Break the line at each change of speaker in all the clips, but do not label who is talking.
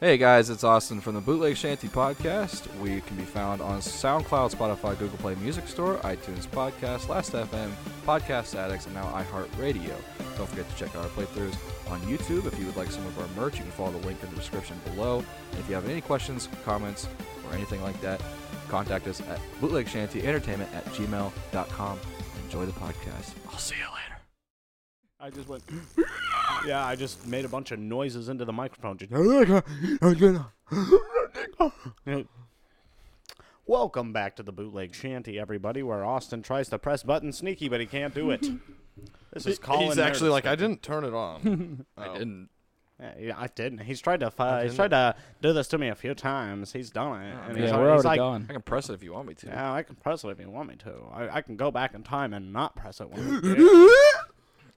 Hey guys, it's Austin from the Bootleg Shanty Podcast. We can be found on SoundCloud, Spotify, Google Play Music Store, iTunes Podcast, Last FM, Podcast Addicts, and now iHeartRadio. Don't forget to check out our playthroughs on YouTube. If you would like some of our merch, you can follow the link in the description below. And if you have any questions, comments, or anything like that, contact us at bootlegshantyentertainment at gmail.com. Enjoy the podcast. I'll see you later.
I just went. yeah, I just made a bunch of noises into the microphone. Just- Welcome back to the bootleg shanty, everybody, where Austin tries to press button sneaky, but he can't do it. This is Colin.
He's actually
Meredith.
like, I didn't turn it on. I
Oh.
didn't.
Yeah, yeah, I didn't. He's tried to. fi- he's tried to do this to me a few times. He's done it. and he's,
Yeah,
al-
we're
he's
already
like,
gone.
I can press it if you want me to.
Yeah, I can press it if you want me to. I, I can go back in time and not press it. When I do.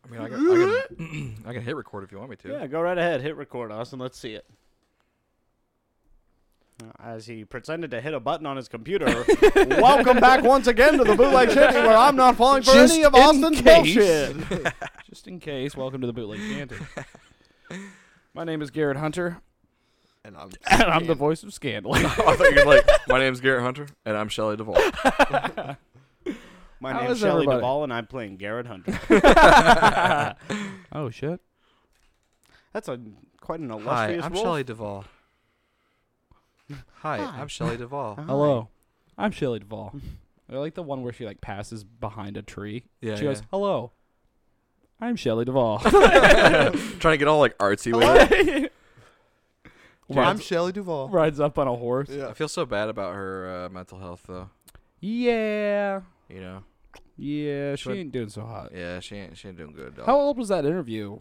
I mean, I can, I, can, I can hit record if you want me to.
yeah, go right ahead. Hit record, Austin. Let's see it. Uh, As he pretended to hit a button on his computer. Welcome back once again to the bootleg shanty, where I'm not falling for
Just
any of
in
Austin's
case.
bullshit.
Just in case, welcome to the Bootleg Shanty. My name is Garrett Hunter,
And I'm,
and I'm the voice of Scandal.
I thought you were like, my name's Garrett Hunter, and I'm Shelley Duvall.
My
How
name's
is
Shelly
everybody?
Duvall, and I'm playing Garrett Hunter.
oh shit!
That's a quite an
Hi,
illustrious
I'm
role.
Shelley Duvall. Hi, I'm Shelley Duvall.
Hello, I'm Shelley Duvall. I like the one where she like passes behind a tree.
Yeah,
she goes,
yeah.
"Hello, I'm Shelley Duvall."
Trying to get all like artsy with it.
I'm
rides,
Shelley Duvall.
rides up on a horse.
Yeah.
I feel so bad about her uh, mental health, though.
Yeah,
You know,
yeah. She
Should-
ain't doing so hot.
yeah, she ain't she ain't doing good. dog.
How old was that interview?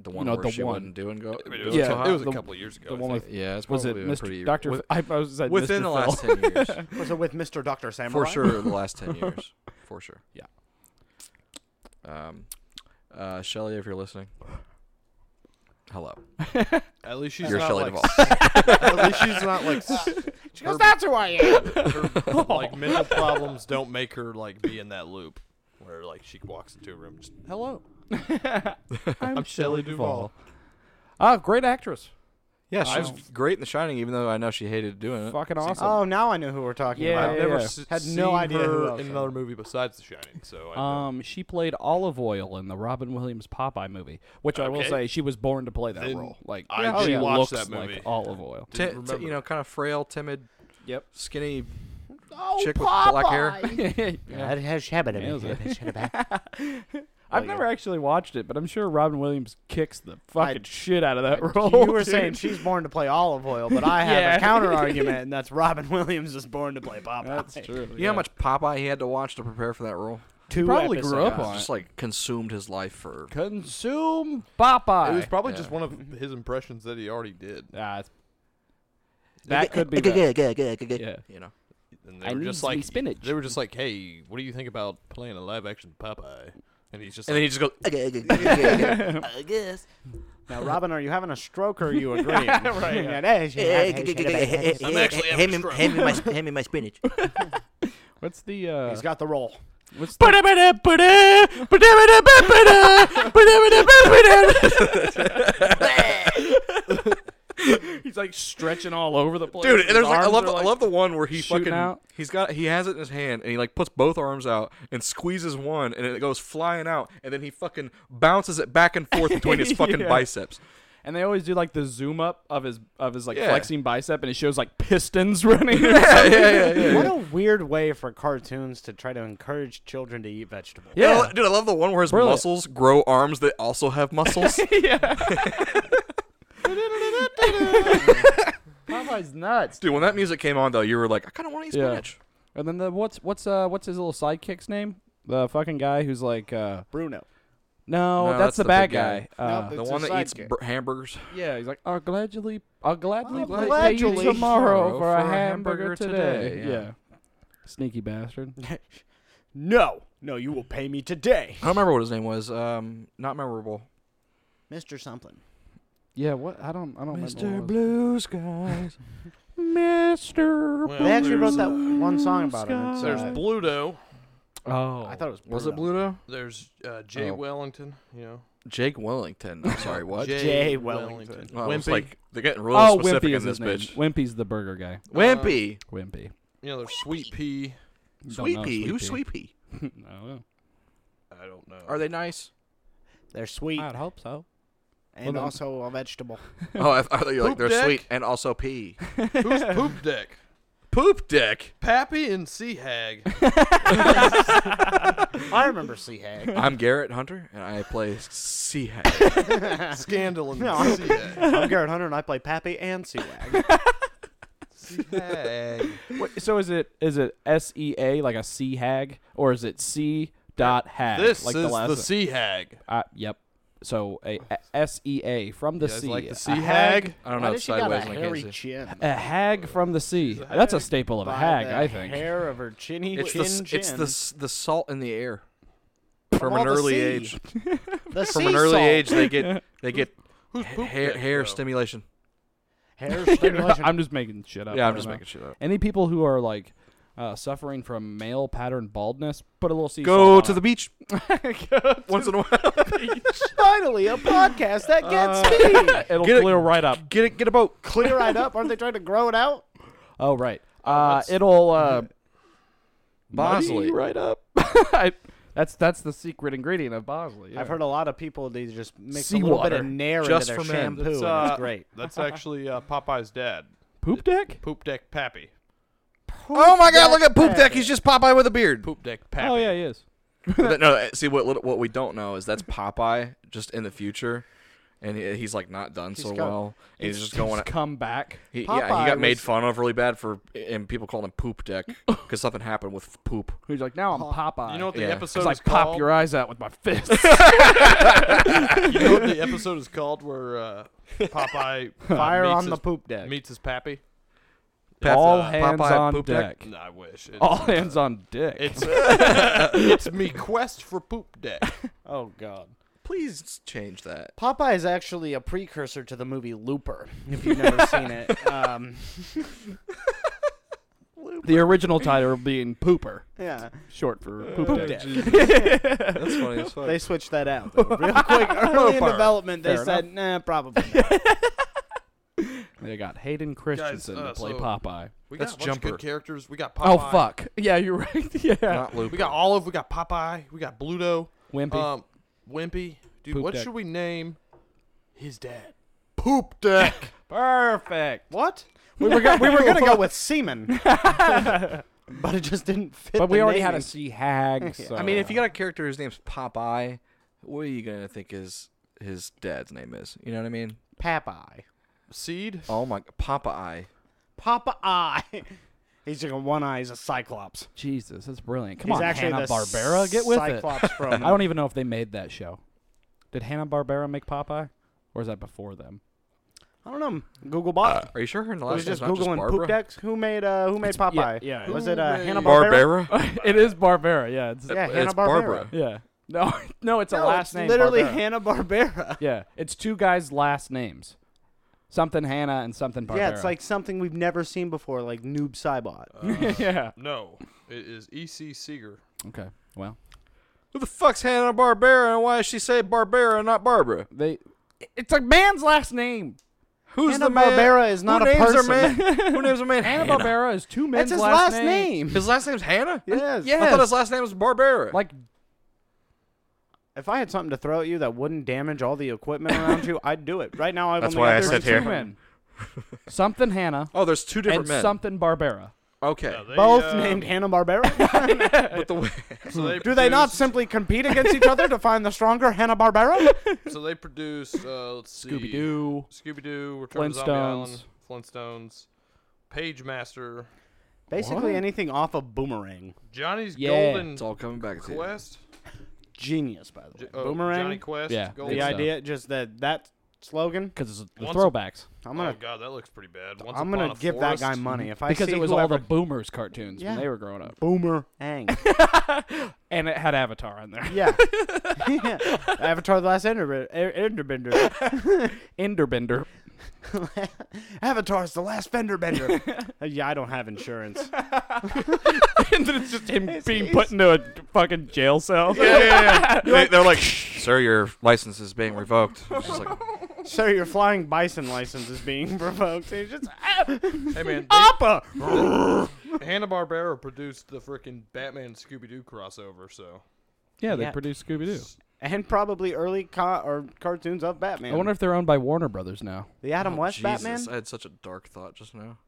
the one
you know,
where
the
she
one.
wasn't doing go.
I mean, it was,
Yeah,
a,
so
it was a
the-
couple of years ago.
the
I
one
think.
with
yeah, it's
was it
probably been pretty
Mr. Doctor?
with-
I, I was at
within the last ten years,
Was it with Mr. Doctor Samurai?
for sure. The last ten years, for sure.
Yeah.
Um, uh, Shelley, if you're listening, hello.
At least she's
You're
not
Shelley
like.
Duvall.
at least she's not like. s-
She goes, "That's who I am."
her, like mental problems don't make her like be in that loop where like she walks into a room. and Just, Hello.
I'm,
Shelley
Shelley
Duvall.
Duvall. Ah, great actress.
Yeah, she was
Wow.
great in The Shining, even though I know she hated doing it.
Fucking
Seems
awesome.
Oh, now I know who we're talking
Yeah,
about.
I've never
yeah.
s-
Had
seen
no idea who
her
else
in
it
another
was.
movie besides The Shining. So I
Um, she played olive oil in the Robin Williams Popeye movie, which I will
Okay.
say she was born to play that
Then
role. Like
I
yeah,
did
she
watch
looks
that movie.
like olive oil.
Ti-
didn't
ti-
remember.
you know, kind of frail, timid,
Yep.
skinny
Oh,
chick with black hair.
Yeah.
has habit
Yeah, it was a-
it.
I've
yeah.
never actually watched it, but I'm sure Robin Williams kicks the fucking
I-
shit out of that role.
You were
dude.
saying she's born to play olive oil, but I have
Yeah.
a counter argument, and that's Robin Williams is born to play Popeye.
that's true.
You know how much Popeye he had to watch to prepare for that role?
Two
probably grew up
episodes.
on
Just like consumed his life for.
consume
It
Popeye.
was probably
Yeah.
just one of his impressions that he already did.
Ah, it's- that could be. bad. yeah.
You know,
And they
I
were
need
just
to be
like
spinach.
They were just like, "Hey, what do you think about playing a live action Popeye?" And he's just
and
like,
then he just goes.
I guess.
Now, Robin, are you having a stroke or are you agreeing? right.
I'm
actually
hand
having Oh,
me,
a
hand me my sp- hand me my spinach.
What's the? Uh,
He's got the role.
what's the He's like stretching all over the place.
Dude,
His
and there's like I
arms
love the,
are,
I love the one where he
shooting
fucking
out.
he's got he has it in his hand and he like puts both arms out and squeezes one and it goes flying out and then he fucking bounces it back and forth between his fucking
Yeah.
biceps.
and they always do like the zoom up of his of his like
Yeah.
flexing bicep, and it shows like pistons running. or something.
yeah, yeah,
What a weird way for cartoons to try to encourage children to eat vegetables.
And I
Yeah.
lo- dude, I love the one where his
Brilliant.
muscles grow arms that also have muscles.
Popeye's nuts.
dude, when that music came on though, you were like, I kind of want to eat
Yeah.
spinach.
And then the what's what's uh what's his little sidekick's name? The fucking guy who's like uh
Bruno.
no,
No,
that's,
that's
the
the
bad
big guy.
guy. Uh,
Nope.
The
It's
one
a
that eats
sidekick.
br- hamburgers.
yeah, he's like I'll gladly I'll gladly
I'll
pay
gladly
you tomorrow
tomorrow
for a
for a
hamburger
hamburger
today.
today,
Yeah.
yeah.
Sneaky bastard.
No. No, you will pay me today.
I don't remember what his name was. Um, not memorable.
Mr. Something.
Yeah, what I don't I don't remember. what it was.
Blue Skies.
Mr.
Well,
They actually wrote
there's,
that one song about him. It's,
There's
uh,
Bluto.
Oh.
I thought it was Bruno.
Was it Bluto?
There's uh, Jay
Oh.
Wellington. You know,
Jake Wellington. I'm sorry, what?
Jay,
Jay Wellington.
Wellington.
Well, it's
Wimpy.
like they're getting really
Oh,
specific
Wimpy
in
is
this
his name.
bitch.
Wimpy's the burger guy.
Wimpy,
Wimpy.
you know, there's Sweet Pea.
Don't know
Sweepy, who's
Sweet
Sweepy?
Pea. I don't know.
I don't know.
Are they nice?
They're sweet
I'd hope so. then-
and also a vegetable.
Oh, I, I thought you were like
Poop
they're
dick?
sweet and also pee.
Who's poop dick?
Poop dick.
Pappy and Sea Hag.
I remember sea hag.
I'm Garrett Hunter and I play Sea Hag.
Scandal and
No.
Sea Hag.
I'm Garrett Hunter and I play Pappy and sea hag.
Sea Hag.
Wait, so is it is it S E A like a sea hag or is it C dot hag?
This
like
is
the
the,
last.
Sea Hag.
uh, yep. So a a- S E A from the
You guys
sea.
like the
a
Sea
hag-
Hag?
I don't
Why
know.
does
It's
she got a
sideways and I
hairy
can't see.
chin?
A hag from the sea. That's a staple of a
By
hag,
the
I think.
Hair of her chinny
It's the
chin
s- it's
chin.
the s- the salt in the air. From
all
an
the
early
sea.
age, from
The sea
an early
salt.
age, they get they get
Who's poop
hair
dick,
hair
though?
stimulation.
Hair stimulation.
I'm just making shit up.
Yeah,
I
I'm
don't
just
know.
making shit up.
Any people who are like uh, suffering from male pattern baldness, put a little sea
Go
salt
to the
on it.
beach once in a while.
Finally, a podcast that gets me.
It'll
Get it-
clear right up.
Get it, get a boat.
Clear right up. Aren't they trying to grow it out?
Oh right. Uh, it'll uh, muddy
Bosley.
right up. I, that's that's the secret ingredient of Bosley. yeah.
I've heard a lot of people they just mix
Sea
a little bit
water.
of nair
Just
into
for
their
men.
shampoo.
That's,
and
uh,
it's great.
That's actually uh, Popeye's dad.
poop dick.
Poop dick Pappy.
Oh my god, look at Poop
Pappy.
Deck. He's just Popeye with a beard.
Poop dick Pappy.
Oh yeah, he is.
But no, eh, see what lit- what we don't know is that's Popeye just in the future, and he, he's like not done so
got-
well. And he's just going.
come back.
He, yeah, he
Popeye
got made
was-
fun of really bad for, and people called him Poop Deck because something happened with poop.
He's like, now I'm Popeye.
You know what the
Yeah.
episode
It's
is
like
called?
pop your eyes out with my fist.
You know what the episode is called where uh, Popeye
Fire
uh, meets
on
his,
the poop deck.
meets his pappy? uh,
All
Popeye
hands on
Poop
deck.
Nah, I wish. It's,
All hands on dick.
It's it's me quest for poop deck.
Oh God.
Please change that.
Popeye is actually a precursor to the movie Looper. If you've never seen it, um,
the original title being pooper,
yeah,
short for poop, dick.
That's funny as fuck.
they switched that out though. real quick. Early in
Looper.
development, they
Fair
said, "Nah, probably." not."
They got Hayden Christensen
uh,
to play
so-
Popeye.
We
That's
got a bunch of
Jumper.
good characters. We got Popeye.
Oh fuck. Yeah, you're right. yeah.
Not Luke.
We got Olive. We got Popeye. We got Bluto.
Wimpy.
Um, Wimpy. Dude,
Poop
what
Deck.
should we name his dad? Poop deck.
Perfect.
what?
we were go- we were gonna go with semen, but it just didn't fit.
But we
the
already had a
naming.
sea hag. So.
I mean, if you got a character whose name's Popeye, what are you gonna think his his dad's name is? You know what I mean?
Popeye.
Seed.
Oh my Popeye.
Popeye. He's like a one eye is a cyclops.
Jesus, that's brilliant. Come
He's
on,
actually
Hanna
the
Barbera, get with
cyclops
it.
from
I don't even know if they made that show. Did Hanna Barbera make Popeye, or is that before them?
I don't know. Google bot.
Are you sure her
I
Uh, last
was
name's
just
not just
googling poop
Barbara?
decks. Who made uh, who made Popeye?
yeah, yeah.
was it uh,
Who
Hanna
made-
Barbera?
it is Barbera. Yeah, it's,
Yeah,
It's
Hanna
Barbara.
Barbera.
yeah. No, no, it's a
No,
last
it's
name.
literally
Barbera.
Hanna Barbera.
yeah, it's two guys' last names, something Hannah and something Barbera.
Yeah, it's like something we've never seen before, like Noob Cybot.
yeah.
No, it is E. C. Seeger.
Okay. Well,
Who the fuck's Hannah Barbera and why does she say Barbera and not Barbara?
they. It's a man's last name.
Who's
Hanna
the man?
Barbera is not
Who
a
names
person.
Their man? Who names their man?
Hanna
Hannah.
Barbera is two men's
That's his
last,
last name.
His last name's Hannah.
Yes.
I
Yes.
thought his last name was Barbera.
Like
If I had something to throw at you that wouldn't damage all the equipment around you, I'd do it. Right now, I've
That's
only
why
got
I
three
sit here.
children.
men. something Hannah
oh, there's two different
and
men.
something Barbera.
okay,
Now, they,
Both
uh,
named Hanna Barbera.
but the way
So they
Do they not
produced-
simply compete against each other to find the stronger Hanna Barbera?
So they produced. Uh, let's see.
Scooby Doo.
Scooby Doo. Return to Zombie Island. Flintstones. Page Master.
Basically, anything off of Boomerang.
Johnny's
Yeah.
Golden
it's all coming back to you.
Quest.
Genius, by the
J-
way.
oh,
Boomerang.
Johnny Quest.
Yeah.
Golden
the
Good stuff.
idea, just that that slogan.
because it's the
Once a-
throwbacks.
I'm gonna,
oh god, that looks pretty bad. Once
I'm
upon
gonna
a
give
forest,
that guy money if I
Because
see
it was
whoever
all the boomers cartoons
Yeah.
when they were growing up,
boomerang.
and it had Avatar on there.
yeah. yeah, Avatar: The Last Ender- er, Enderbender.
Enderbender.
Avatar's the last fender bender. yeah, I don't have insurance.
and then it's just him being put into a fucking jail cell.
Yeah, yeah, yeah. they, are like, sir, your license is being revoked. It's just like,
Sir, your flying bison license is being revoked. He's just
Hey man,
Appa.
Hanna Barbera produced the freaking Batman Scooby Doo crossover, so
Yeah, they
Yeah.
produce Scooby Doo.
and probably early co- or cartoons of Batman.
I wonder if they're owned by Warner Brothers now.
the Adam
oh,
West
Jesus,
Batman.
I had such a dark thought just now,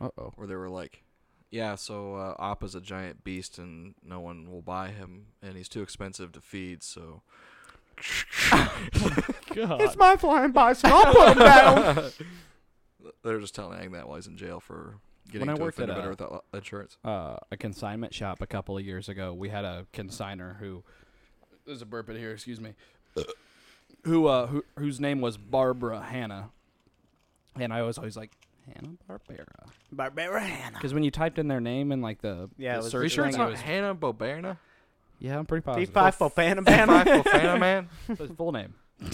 Uh oh.
where they were like, "Yeah, so uh, Oppa's a giant beast, and no one will buy him, and he's too expensive to feed, so."
It's my flying bison. I'll put him down.
They're just telling Ang that while he's in jail for getting
When I
into a
worked at
fender bender
a-
without li- insurance.
uh, a consignment shop a couple of years ago. We had a consigner who there's a burp in here, excuse me. Who uh who, whose name was Barbara Hannah. And I was always like Hannah Barbera.
Barbara Hannah.
Because when you typed in their name in like the
Yeah,
the
it was-
Are
search
you sure
thing,
it's
it
not
was-
Hannah Boberna?
yeah, I'm pretty
P
positive.
five for Phantom
Five
Banner.
Fofana man.
That's his full name.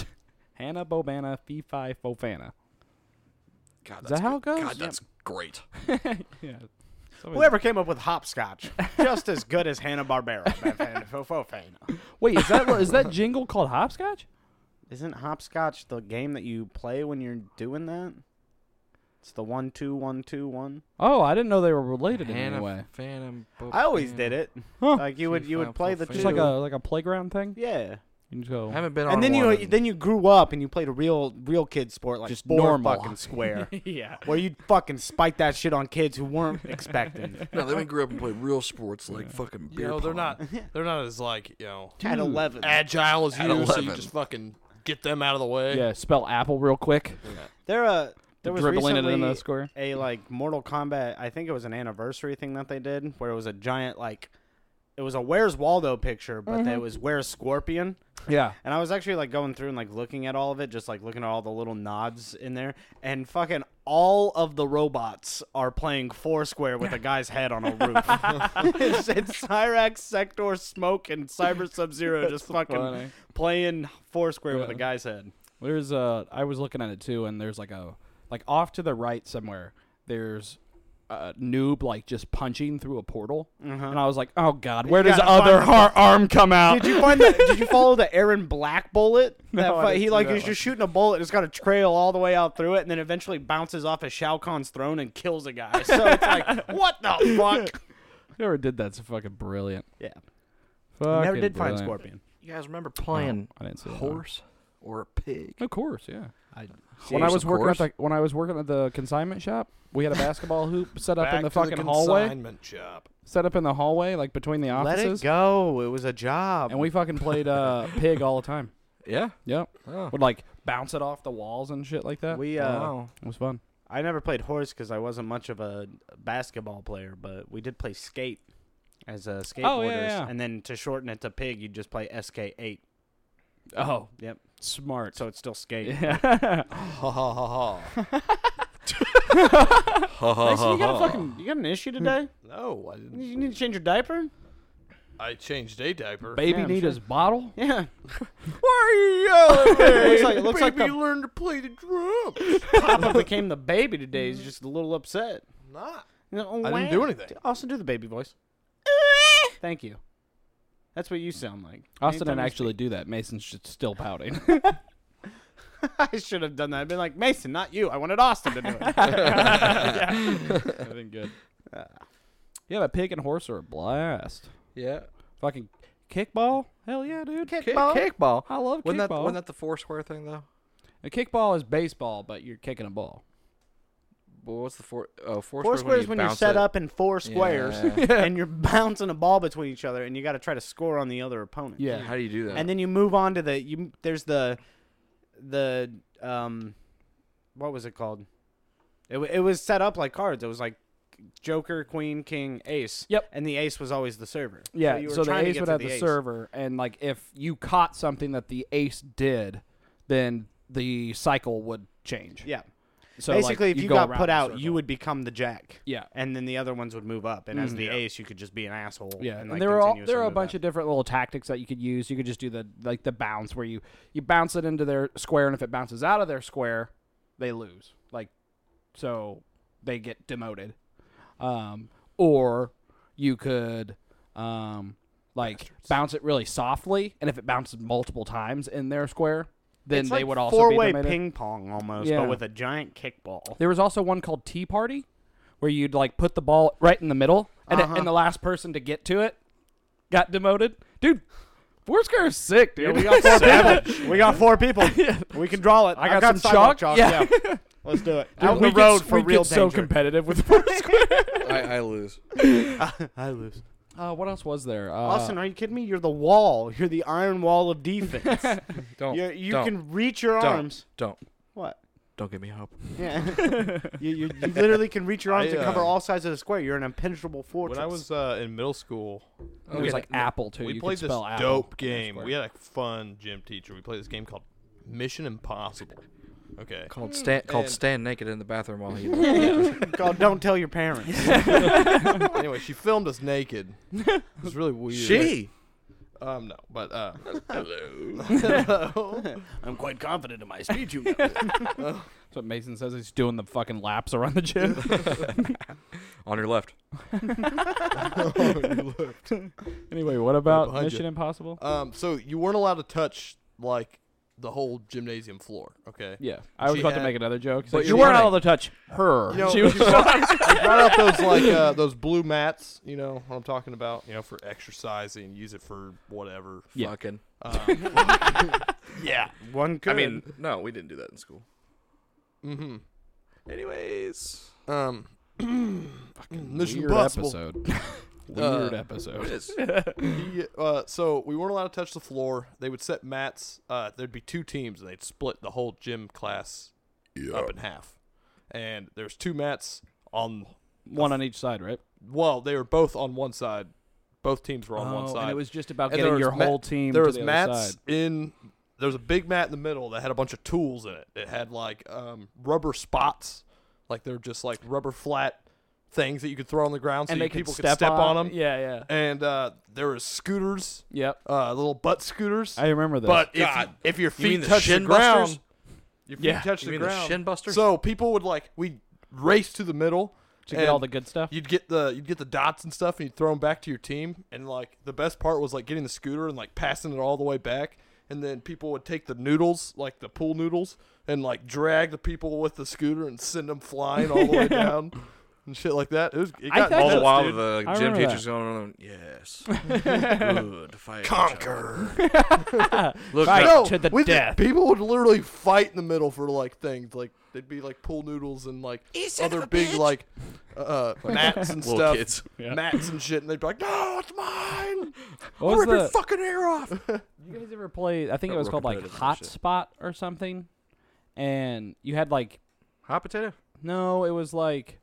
Hannah Bobana Fee Fi Fofana.
God,
Is
that's
that how it
good.
goes?
God, that's great.
Yeah.
Whoever came up with hopscotch, just as good as Hanna Barbera.
Wait, is that is that jingle called hopscotch?
Isn't hopscotch the game that you play when you're doing that? It's the one two one two one.
Oh, I didn't know they were related in any way.
Hannah Phantom.
I always did it.
Huh.
Like you would you would play the
Just
two.
like a like a playground thing.
yeah.
You just go.
I haven't been on.
And then
one
you
in-
then you grew up and you played a real real kid sport like
Just
four
normal.
fucking square.
yeah.
Where you'd fucking spike that shit on kids who weren't expecting.
no, then we grew up and played real sports like fucking beer.
you know they're
pong.
not they're not as like you know
At eleven,
agile as
At
you, so you
11.
just fucking get them out of the way.
Yeah, spell apple real quick.
there uh, there was
dribbling it
recently
in the square.
a like Mortal Kombat. I think it was an anniversary thing that they did where it was a giant like, it was a Where's Waldo picture,
Mm-hmm.
but it was Where's Scorpion.
Yeah.
And I was actually like going through and like looking at all of it, just like looking at all the little nods in there, and fucking all of the robots are playing Foursquare with a guy's head on a roof. it's, it's Cyrax, Sector, Smoke, and Cyber Sub Zero just fucking
funny.
playing Foursquare with a
Yeah.
guy's head.
There's a. I was looking at it too, and there's like a like off to the right somewhere. There's a noob like just punching through a portal, and I was like, oh god, where does
Uh-huh. gotta find
other
the-
har- arm come out?
Did you find that? Did you follow the Aaron Black bullet?
No, I
That fu-
didn't
he
see
like
that
is
one.
just shooting a bullet. It's got a trail all the way out through it, and then eventually bounces off of Shao Kahn's throne and kills a guy. So it's like, what the fuck?
Whoever did that's fucking brilliant.
Yeah,
Fucking
never did find
brilliant.
Scorpion.
You guys remember playing
I didn't see that one.
horse or pig?
Of course, yeah.
I,
when I
Yes,
was
of
working
course.
at the when I was working at the consignment shop, we had a basketball hoop set up
Back
in the
to
fucking
the
hallway.
consignment shop.
Set up in the hallway, like between the
Let
offices.
it go. It was a job.
And we fucking played uh, pig all the time.
Yeah.
Yep.
Oh.
uh,
Would like bounce it off the walls and shit like that.
we uh,
Wow.
it was fun.
I never played horse because I wasn't much of a basketball player, but we did play skate as uh, skateboarders.
yeah.
And then to shorten it to pig, you just play SK8.
Oh,
Yep.
smart.
So it's still skate.
Yeah.
Ha ha ha ha.
Ha ha
Mason,
ha.
you got a fucking you got an issue today?
No, I didn't.
You need to change your diaper?
I changed a diaper.
Baby
Yeah, I'm
need his bottle.
Yeah.
Why are you yelling?
looks like looks like
Baby
the
learned to play the drums.
papa became the baby today. He's just a little upset.
Not.
You know,
I
wah.
didn't do anything.
Austin, do the baby voice. Thank you. That's what you sound like.
Austin
Anytime
didn't
you
actually do that. Mason's just still pouting.
I should have done that. I'd been like, Mason, not you. I wanted Austin to do it.
been good.
Ah.
Yeah, but pig and horse are a blast.
Yeah.
Fucking kickball. Hell yeah, dude.
Kickball. Kickball.
I love
Wasn't that
kickball.
wasn't that the four square thing though?
A kickball is baseball, but you're kicking a ball.
Well, what's the four? Oh, four,
Four squares when you
bounce
set
it.
up in four squares
Yeah.
and you're bouncing a ball between each other and you got to try to score on the other opponent.
Yeah.
How do you do that?
And then you move on to the you there's the the um what was it called? It wa- it was set up like cards. It was like Joker, Queen, King, Ace.
Yep.
And the ace was always the server.
Yeah,
you were
so, the
trying to
ace
get
would
to
have the,
ace.
server, and like if you caught something that the ace did, then the cycle would change.
Yeah.
So like,
Basically, if you
go
got
around
put
the
out,
circle.
you would become the jack.
Yeah.
And then the other ones would move up, and as
Mm.
the ace, you could just be an asshole.
Yeah, and,
like,
there are all,
continuously
there are a
move
bunch
up.
of different little tactics that you could use. You could just do the like the bounce where you you bounce it into their square, and if it bounces out of their square, they lose. Like, so they get demoted. Um, or you could um, like bounce it really softly, and if it bounces multiple times in their square, then
it's
they
like
would also be
four-way
dominated.
ping pong almost,
Yeah.
but with a giant kickball.
There was also one called Tea Party, where you'd like put the ball right in the middle, and, it- and the last person to get to it got demoted. Dude, four square is sick, dude.
We got four people. We got four people. We can draw it.
I
I've
got some
sidewalk
chalk.
Yeah. let's do it.
Dude,
Out
we
the
get-
road for
we
real
get so
danger.
competitive with four square.
I, I lose.
I lose.
Uh, what else was there? Uh,
Austin, are you kidding me? You're the wall. You're the iron wall of defense.
Don't.
you you
don't,
can reach your
don't,
arms.
Don't.
What?
Don't give me hope.
Yeah. you, you, you literally can reach your arms
I,
to
uh,
cover all sides of the square. You're an impenetrable fortress.
When I was uh, in middle school,
it was like Apple too.
we
you
played
could
this
spell Apple.
dope game. We had a fun gym teacher. We played this game called Mission Impossible. Okay.
Called stand. Called
And-
stand naked in the bathroom while he.
uh,
God, don't tell your parents.
anyway, she filmed us naked. It was really weird.
she.
Um, no, but uh,
I'm quite confident in my speech, you know.
That's what Mason says. He's doing the fucking laps around the gym.
On your left. Oh,
anyway, what about
behind
Mission
you.
Impossible?
um, so you weren't allowed to touch like the whole gymnasium floor. Okay.
Yeah, I was
She
about to
had-
make another joke.
But
But you
you're
weren't
right.
allowed to touch her.
You know,
she was
she brought, they brought out those like uh, those blue mats. You know what I'm talking about. You know for exercising, use it for whatever.
Yeah.
Fucking.
Um, yeah.
One could.
I mean, no, we didn't do that in school.
Mm-hmm.
Anyways,
Um, Mission
weird
Impossible.
episode. weird
Uh,
it
episode.
is.
He, uh, so we weren't allowed to touch the floor. They would set mats. Uh, there'd be two teams, and they'd split the whole gym class up in half. And there's two mats on.
One on each side, right?
Well, they were both on one side. Both teams were on one
Oh,
side.
and it was just about
And
getting
there was
your
ma-
whole team.
There
to
was
the
mats
other side.
in. There was a big mat in the middle that had a bunch of tools in it. It had like um, rubber spots, like they're just like rubber flat things that you could throw on the ground, so
and
you-
they could
people
step,
could step on, them.
Yeah, yeah,
And uh, there was scooters,
yep.
uh, little butt scooters.
I remember this.
But if,
God.
if your
You mean
feet
the
touch the
shin
ground,
busters?
your feet
Yeah.
touch
You
the
mean the
ground.
shin busters?
So people would like we race to the middle
to get all
and
the good stuff.
You'd get the you'd get the dots and stuff, and you'd throw them back to your team. And like the best part was like getting the scooter and like passing it all the way back. And then people would take the noodles, like the pool noodles, and like drag the people with the scooter and send them flying all the way down and shit like that. It was it
I
got
thought
All
All
the
the
nuts,
while
dude.
the
I
gym
remember
teacher's
that.
going, yes, good fight, conquer. Look, uh,
Fight.
no,
No, to the
we-
death.
People would literally fight in the middle for like things, like they'd be like pool noodles and like other big like uh, mats and
Little
stuff,
kids.
Yeah.
mats and shit, and they'd be like, "No, it's mine!
What was
Rip your
the-
fucking hair off!"
You guys ever play? I think
Got
it was
real
called like
competitive and
Hot
shit.
Spot or something. And you had like
hot potato.
no, it was like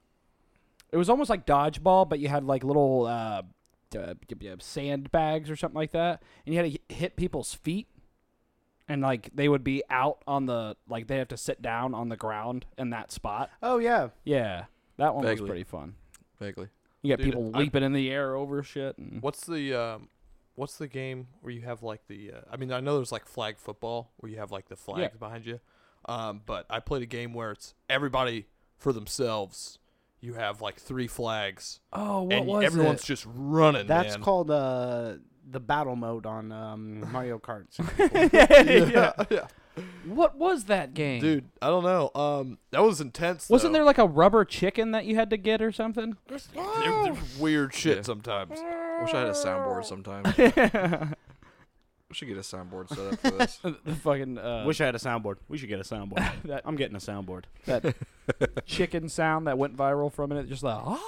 it was almost like dodgeball, but you had like little uh, uh, y- y- sandbags or something like that, and you had to hi- hit people's feet, and like they would be out on the like they have to sit down on the ground in that spot.
oh yeah.
Yeah, that one
Vaguely.
was pretty fun.
Vaguely.
You got
Dude,
people
I-
leaping in the air over shit. And,
What's the um, what's the game where you have like the? Uh, I mean, I know there's like flag football where you have like the flags behind you, um, but I played a game where it's everybody for themselves. You have like three flags,
oh, what
and
was
everyone's
it?
just running.
That's
man.
called uh, the battle mode on um, Mario Kart.
yeah, yeah.
What was that game,
dude. I don't know. Um, that was intense.
Wasn't
though.
there like a rubber chicken that you had to get or something?
There- there's
Oh.
weird shit
Yeah.
sometimes?
Wish I had a soundboard sometime. we should get a soundboard set up for this.
the fucking uh,
Wish I had a soundboard. We should get a soundboard.
that
I'm getting a soundboard.
that chicken sound that went viral from it. Just like ah,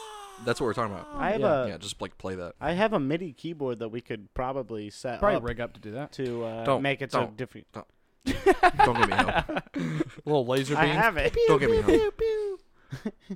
That's what we're talking about.
I have
Yeah.
a
yeah, just like play that.
I have a MIDI keyboard that we could probably set
probably
up
rig up to do that.
to uh,
Don't,
make it so
don't.
different.
Don't give me hope.
Little laser
I
beam.
have it.
Don't give me hope.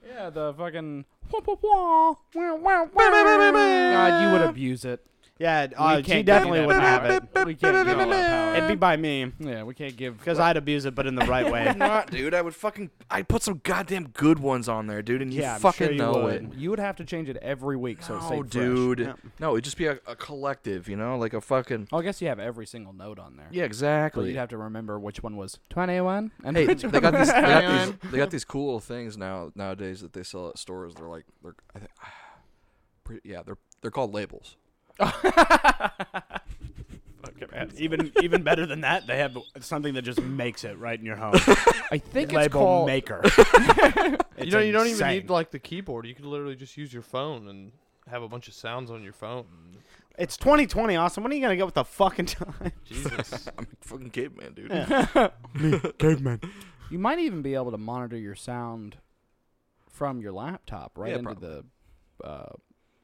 Yeah, the fucking wah, wah, wah, wah, wah, wah. God, you would abuse it.
Yeah, uh,
we
she
can't
definitely
give you
would
that
have it.
power. We can't give you that
It'd be by me
power. Yeah, we can't give.
because I'd abuse it, but in the right way.
Not, dude. I would fucking. I'd put some goddamn good ones on there, dude, and you
Yeah, I'm
fucking
sure you
know
would.
it.
You would have to change it every week, so
no,
it's stayed fresh.
dude.
Yeah.
No, it'd just be a, a collective, you know, like a fucking.
Oh, I guess you have every single note on there.
Yeah,
But
exactly.
you'd have to remember which one was twenty-one and
Hey,
which
they
one
got
was-
these. They got these, they got these cool little things now nowadays that they sell at stores. They're like they're, I think, pretty, yeah, they're they're called labels.
Even even better than that, they have something that just makes it right in your home.
I think it's
Label
called.
maker.
you know, you don't even
insane.
need like the keyboard. You could literally just use your phone and have a bunch of sounds on your phone.
It's 2020, Austin. When are you gonna get with the fucking time?
Jesus.
I'm a fucking caveman, dude.
Caveman.
You might even be able to monitor your sound from your laptop right
Yeah,
into the uh,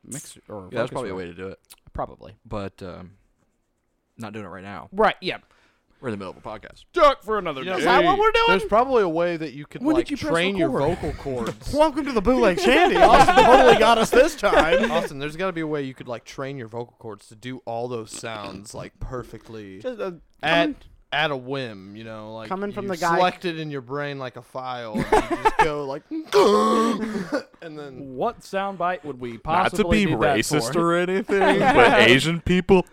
mixer. Or
Yeah, that's
Focusrite.
probably a way to do it.
Probably.
But um, not doing it right now.
Right. Yeah.
We're in the middle of a podcast.
Duck for another
Yeah.
Is that what we're
There's
doing?
probably a way that you could
When did
like
you press
train your
record?
vocal cords.
Welcome to the bootleg shanty. Austin totally got us this time.
Austin, there's got to be a way you could like train your vocal cords to do all those sounds like perfectly
Just, uh,
at at a whim. You know, like
Coming from
you
the guy-
select it in your brain like a file. And you just go like, and then
What soundbite would we possibly do that for?
or anything, but Asian people.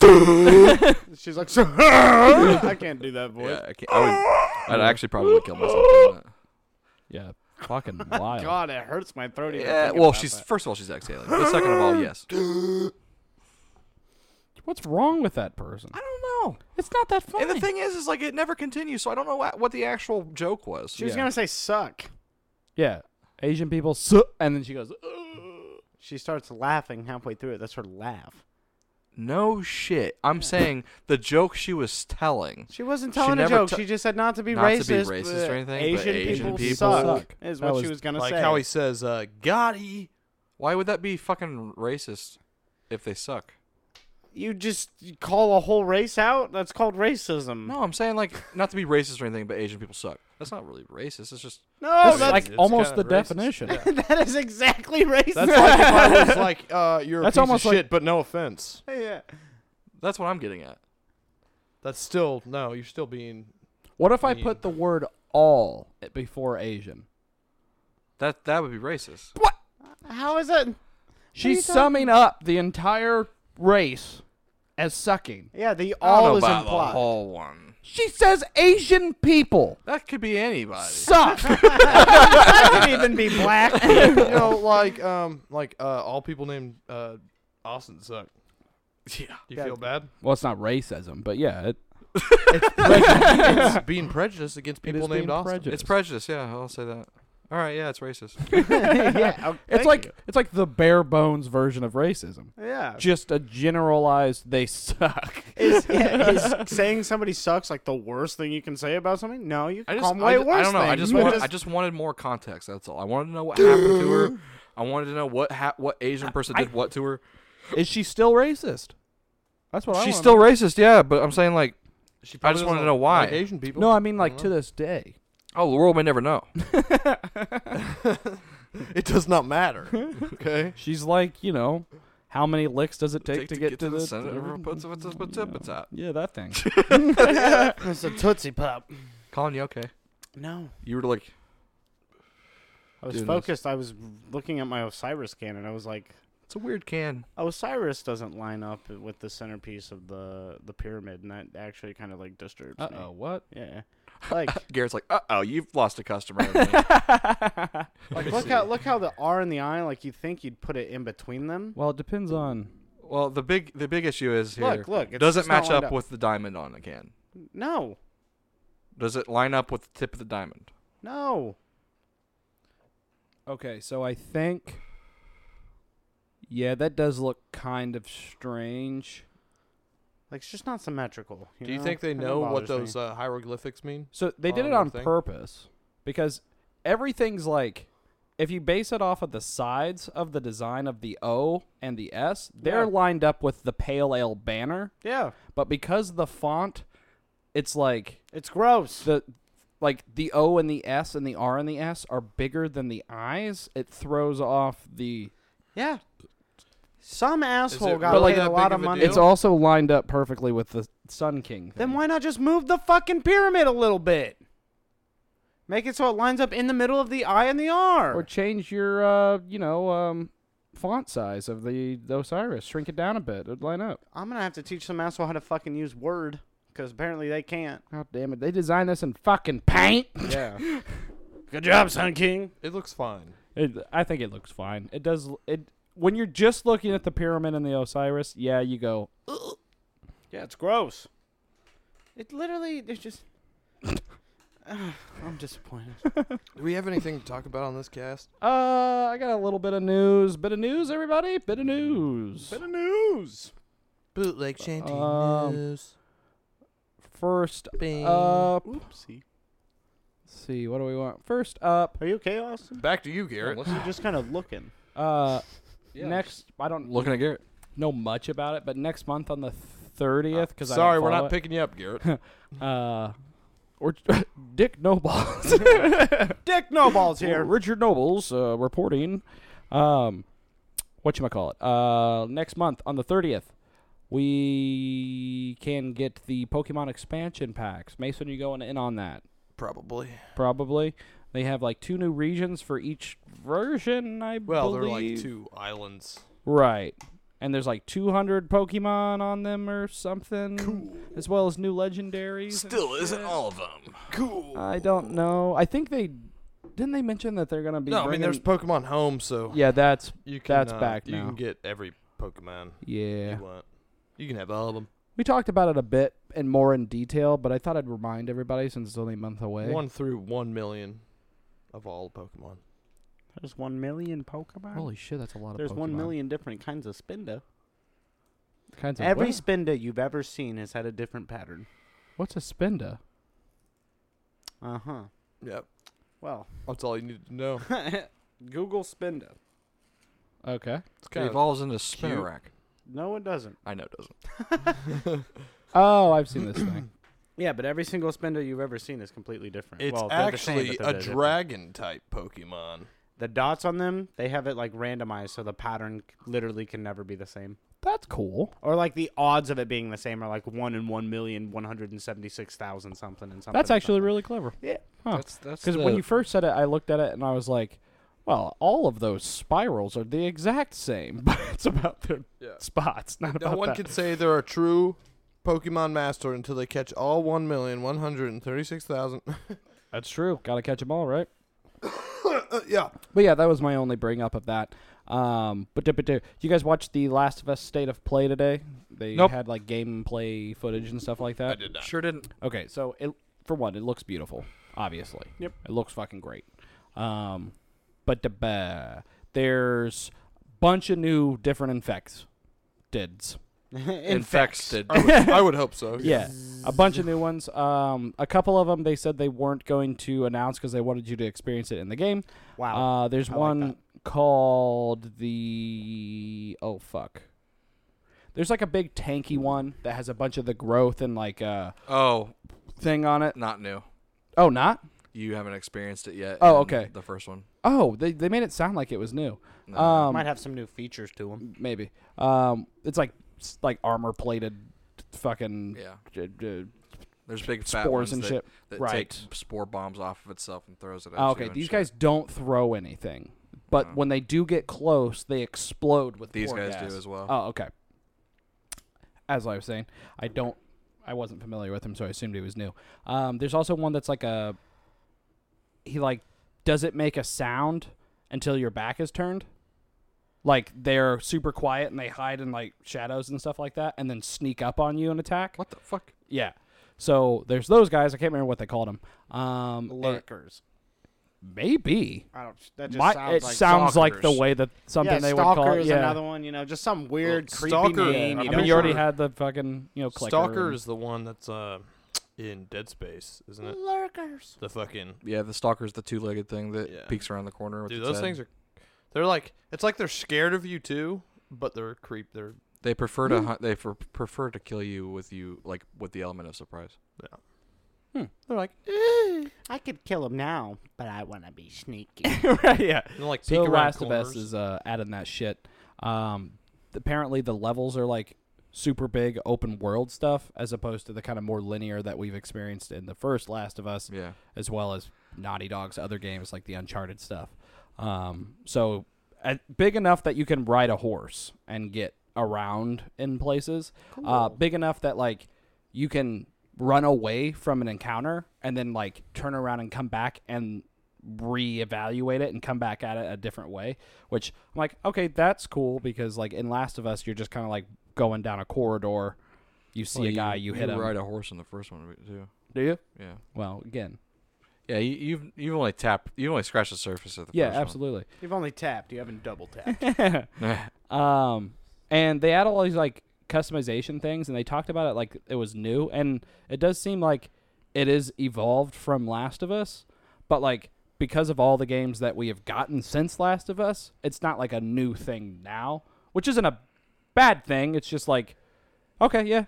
she's like, "So- I can't do that voice.
yeah, I can't, I would, I'd actually probably kill myself. Doing that.
Yeah. Fucking wild.
God, it hurts my throat. even
Yeah.
thinking
Well,
about
she's
that.
first of all she's exhaling. But second of all, yes. I
What's wrong with that person?
don't know.
It's not that funny.
And the thing is, is like it never continues, so I don't know what, what the actual joke was.
She was
Yeah.
gonna say suck.
yeah. Asian people, su- and then she goes, "Ugh."
She starts laughing halfway through it. That's her laugh.
No shit. I'm saying the joke she was telling.
She wasn't
She
telling a
never
joke.
t-
she just said not to be
not to be
racist.
racist
but
or anything, but
Asian,
Asian
people,
people
suck,
suck.
Is
That
what
was
she was gonna
like
say.
how he says, uh, "Gotti."
Why would that be fucking racist if they suck?
you just call a whole race out. That's called racism.
No, I'm saying like not to be racist or anything, but Asian people suck. That's not really racist. It's just
No,
That's
that,
like
it's
almost
kinda
the
racist.
definition.
that is exactly racist.
That's like if I was like, uh, "You're
That's
a piece
almost
of
like-
shit," but no offense.
yeah.
that's what I'm getting at.
That's still no. You're still being.
What if I
mean-
put the word all before Asian?
That that would be racist.
How is it?
She's
What are you talking-
summing up the entire race as sucking.
Yeah, the
I don't know
all is
about the
implied.
whole one.
She says Asian people
That could be anybody.
suck.
I could even be black.
You know, like um, like uh, all people named uh, Austin suck.
Yeah.
Do you feel bad?
well, it's not racism, but yeah, it,
it's being prejudiced against
it
people
is
named
being
Austin.
prejudiced.
It's prejudice. Yeah, I'll say that. All right. Yeah, it's racist.
yeah, oh,
It's
thank
like
you.
it's like the bare bones version of racism.
yeah.
Just a generalized they suck.
Is, yeah, is saying somebody sucks like the worst thing you can say about something? No, you
I
can
just,
call them
I,
way
ju-
worse.
I don't know. I
things.
just, want, I just wanted more context. That's all. I wanted to know what happened to her. I wanted to know what ha- what Asian person did what to her.
is she still racist? That's what I.
She's
wanna
still racist. Yeah, but I'm saying like,
She
I just
probably
wanna
doesn't
know why.
like Asian people.
know. No, I mean like to this day.
oh, the world may never know.
it does not matter. Okay.
She's like you know, how many licks does it take, to, get, to, the, Mm-hmm.
Senate, everyone puts puts puts puts up. It's out.
Yeah, that thing.
It's a Tootsie Pop.
Colin, you okay?
No.
You were like,
I was
Doing this.
focused. I was looking at my Osiris can and I was like,
it's a weird can.
Osiris doesn't line up with the centerpiece of the the pyramid, and that actually kind of like disturbs
uh
me.
oh, what?
Yeah. Like,
Garrett's like, uh oh, you've lost a customer.
like look how look how the R and the I like you think you'd put it in between them.
Well, it depends on.
well, the big the big issue is here.
Look, look, it's
does it
just not
match up
lined up.
with the diamond on the can?
No,
Does it line up with the tip of the diamond?
no.
Okay, so I think. Yeah, that does look kind of strange.
Like it's just not symmetrical. You
Do you
know?
think they
Kinda
know what
bothers me.
those uh, hieroglyphics mean?
So they did
on
it
the
on
thing?
purpose because everything's like if you base it off of the sides of the design of the O and the S, they're
Yeah.
lined up with the pale ale banner,
Yeah,
but because the font it's like
it's gross.
the like the O and the S and the R and the S are bigger than the I's, it throws off the
yeah. Some asshole
it
got
really
paid
that
a lot
big
of
of a
money.
deal?
It's also lined up perfectly with the Sun King.
then
thing.
why not just move the fucking pyramid a little bit? Make it so it lines up in the middle of the I and the R.
or change your uh, you know, um font size of the Osiris, shrink it down a bit, it'd line up.
I'm gonna have to teach some asshole how to fucking use Word because apparently they can't.
God damn it. They designed this in fucking paint.
Yeah.
Good job, Sun King.
it looks fine.
I think it looks fine. It does. It when you're just looking at the pyramid and the Osiris, yeah, you go.
Yeah, it's gross. It literally, it's just. Ugh, I'm disappointed.
Do we have anything to talk about on this cast?
Uh, I got a little bit of news. Bit of news, everybody. Bit of news.
of news.
Bootleg shanty
Um,
news.
First
Bing.
up, let's
Oopsie.
see what do we want? First up,
Are you okay, Austin?
Back to you, Garrett.
You're just kind of looking.
uh, next I don't
Looking at Garrett.
know much about it, but next month on the thirtieth, because
Uh, Sorry, we're not picking you up, Garrett.
Uh, or Dick Nobles.
Dick No Balls
Well,
here.
Richard Nobles uh, reporting. Um, what you call it? Uh, next month on the thirtieth, we can get the Pokemon expansion packs. Mason, you going in on that?
Probably.
Probably. They have like two new regions for each version. I
Well, they're
believe.
like two islands.
Right. And there's like 200 Pokemon on them or something, as well as new legendaries. Still isn't all of them. Cool. I don't know. I think they didn't they mention that they're gonna be.
No, I mean
bringing...
there's Pokemon Home, so
Yeah, that's
you can
that's
uh,
back
You
now.
can get every Pokemon
yeah.
you want. You can have all of them.
We talked about it a bit and more in detail, but I thought I'd remind everybody since it's only a month away.
One through one million of all Pokemon.
There's one million Pokemon.
Holy shit, that's a lot of.
There's one
Pokemon.
million different kinds of Spinda.
kinds of.
Every
what?
Spinda you've ever seen has had a different pattern.
What's a Spinda?
Uh huh.
Yep.
Well,
That's all you need to know.
Google Spinda.
Okay.
It's
It
kind of
evolves into Spinarak.
No, it doesn't.
I know it doesn't.
Oh, I've seen this thing.
Yeah, but every single Spinda you've ever seen is completely different.
it's
well, they're the same,
actually
but
a
they're different.
dragon type Pokemon.
The dots on them, they have it like randomized, so the pattern c- literally can never be the same.
That's cool.
Or like the odds of it being the same are like one in one million one hundred and seventy six thousand something and something.
That's
and
actually
something.
really clever.
Yeah.
Huh.
That's that's
Because when
the-
you first said it, I looked at it and I was like, "Well, all of those spirals are the exact same, but it's about their
Yeah.
spots, not
No
about
one
that."
can say they're a true Pokemon master until they catch all one million one hundred and thirty-six thousand.
That's true. Got to catch them all, right?
yeah.
But yeah, that was my only bring up of that. Um, but do- but do you guys watch the Last of Us State of Play today? They
Nope.
had like gameplay footage and stuff like that. I did not.
sure didn't.
Okay, so it for one, it looks beautiful. Obviously,
Yep.
it looks fucking great. Um, but the bah, there's bunch of new different infects, dids.
Infected.
I would, I would hope so.
Yeah, a bunch of new ones. Um, a couple of them they said they weren't going to announce because they wanted you to experience it in the game.
wow.
Uh, there's
I like
one
that.
called the oh fuck. There's like a big tanky one that has a bunch of the growth and like uh
Oh,
thing on it.
not new.
Oh, not.
You haven't experienced it yet.
Oh,
in
okay.
The first one.
Oh, they they made it sound like it was new.
No.
Um,
Might have some new features to them.
maybe. Um, it's like it's like armor plated, fucking
yeah.
uh, uh,
There's big fat
spores
ones
and
that,
shit.
that
Right.
take spore bombs off of itself and throws it. At
Ah,
you
okay,
and
these
shit.
guys don't throw anything, but
Oh.
when they do get close, they explode with.
These
poison
guys
gas.
do as well.
Oh, okay. As I was saying, I don't. I wasn't familiar with him, so I assumed he was new. Um, there's also one that's like a. He like doesn't make a sound until your back is turned. Like they're super quiet and they hide in like shadows and stuff like that, and then sneak up on you and attack.
What the fuck?
Yeah. So there's those guys. I can't remember what they called them. Um, and-
Lurkers.
maybe.
I don't. That just
My- it
sounds like
sounds like the
stalkers.
way that something
yeah,
they would
stalker
call it.
is
Yeah.
another one. You know, just some weird, creepy
stalker-
name.
I
You
I
don't
mean, you already
want.
had the fucking you know clicker.
Stalker
and-
is the one that's uh, in Dead Space, isn't it?
lurkers.
The fucking
Yeah, the stalker's the two-legged thing that
Yeah.
peeks around the corner. With
dude.
its
Those
head.
things are. They're like it's like they're scared of you too, but they're creep. They're
They prefer to hunt. They for, prefer to kill you with you like with the element of surprise.
Hmm.
they're like
I could kill him now, but I want to be sneaky.
right, yeah.
and like
Hmm. So
peek
Last
around corners.
of Us is uh, adding that shit. Um, apparently the levels are like super big open world stuff as opposed to the kind of more linear that we've experienced in the first Last of Us,
Yeah.
as well as Naughty Dog's other games like the Uncharted stuff. Um, so uh, big enough that you can ride a horse and get around in places. Uh, big enough that like you can run away from an encounter and then like turn around and come back and reevaluate it and come back at it a different way. Which I'm like, okay, that's cool because like in Last of Us, you're just kind of like going down a corridor. You see a guy, you, hit him.
ride a horse in the first one too.
Do you?
Yeah.
Well, again,
Yeah, you, you've you've only tapped, you only scratched the surface of the
yeah,
first one.
absolutely.
You've only tapped. You haven't double tapped.
Um, and they add all these like customization things, and they talked about it like it was new, and it does seem like it is evolved from Last of Us, but like because of all the games that we have gotten since Last of Us, it's not like a new thing now, which isn't a bad thing. It's just like, okay, yeah.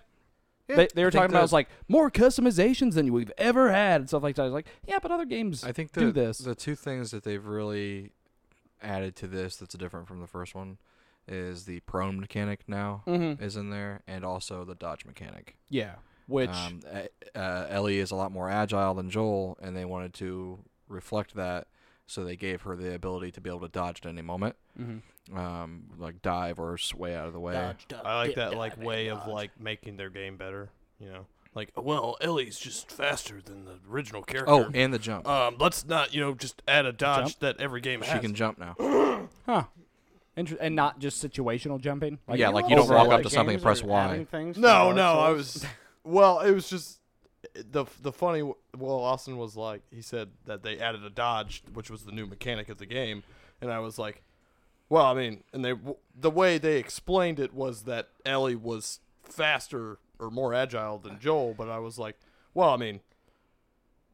They, they were
think
talking about
the-
it was like more customizations than we've ever had and stuff like that. I was like, yeah, but other games
I think the,
do this.
the two things that they've really added to this that's different from the first one is the prone mechanic now
Mm.
is in there, and also the dodge mechanic.
Mm-hmm. yeah, which
Um, uh, uh, Ellie is a lot more agile than Joel, and they wanted to reflect that, so they gave her the ability to be able to dodge at any moment,
Mm-hmm.
um, like dive or sway out of the way.
I like that like way of like making their game better. You know, like well, Ellie's just faster than the original character.
Oh, and the jump.
um, let's not you know just add a dodge that every game
she
has.
can jump now.
huh? Inter- and not just situational jumping. Like,
yeah, like you don't walk up to something and press Y.
No, no, I was. Well, it was just the the funny. Well, Austin was like he said that they added a dodge, which was the new mechanic of the game, and I was like, well, I mean, and they the way they explained it was that Ellie was faster or more agile than Joel, but I was like, well, I mean,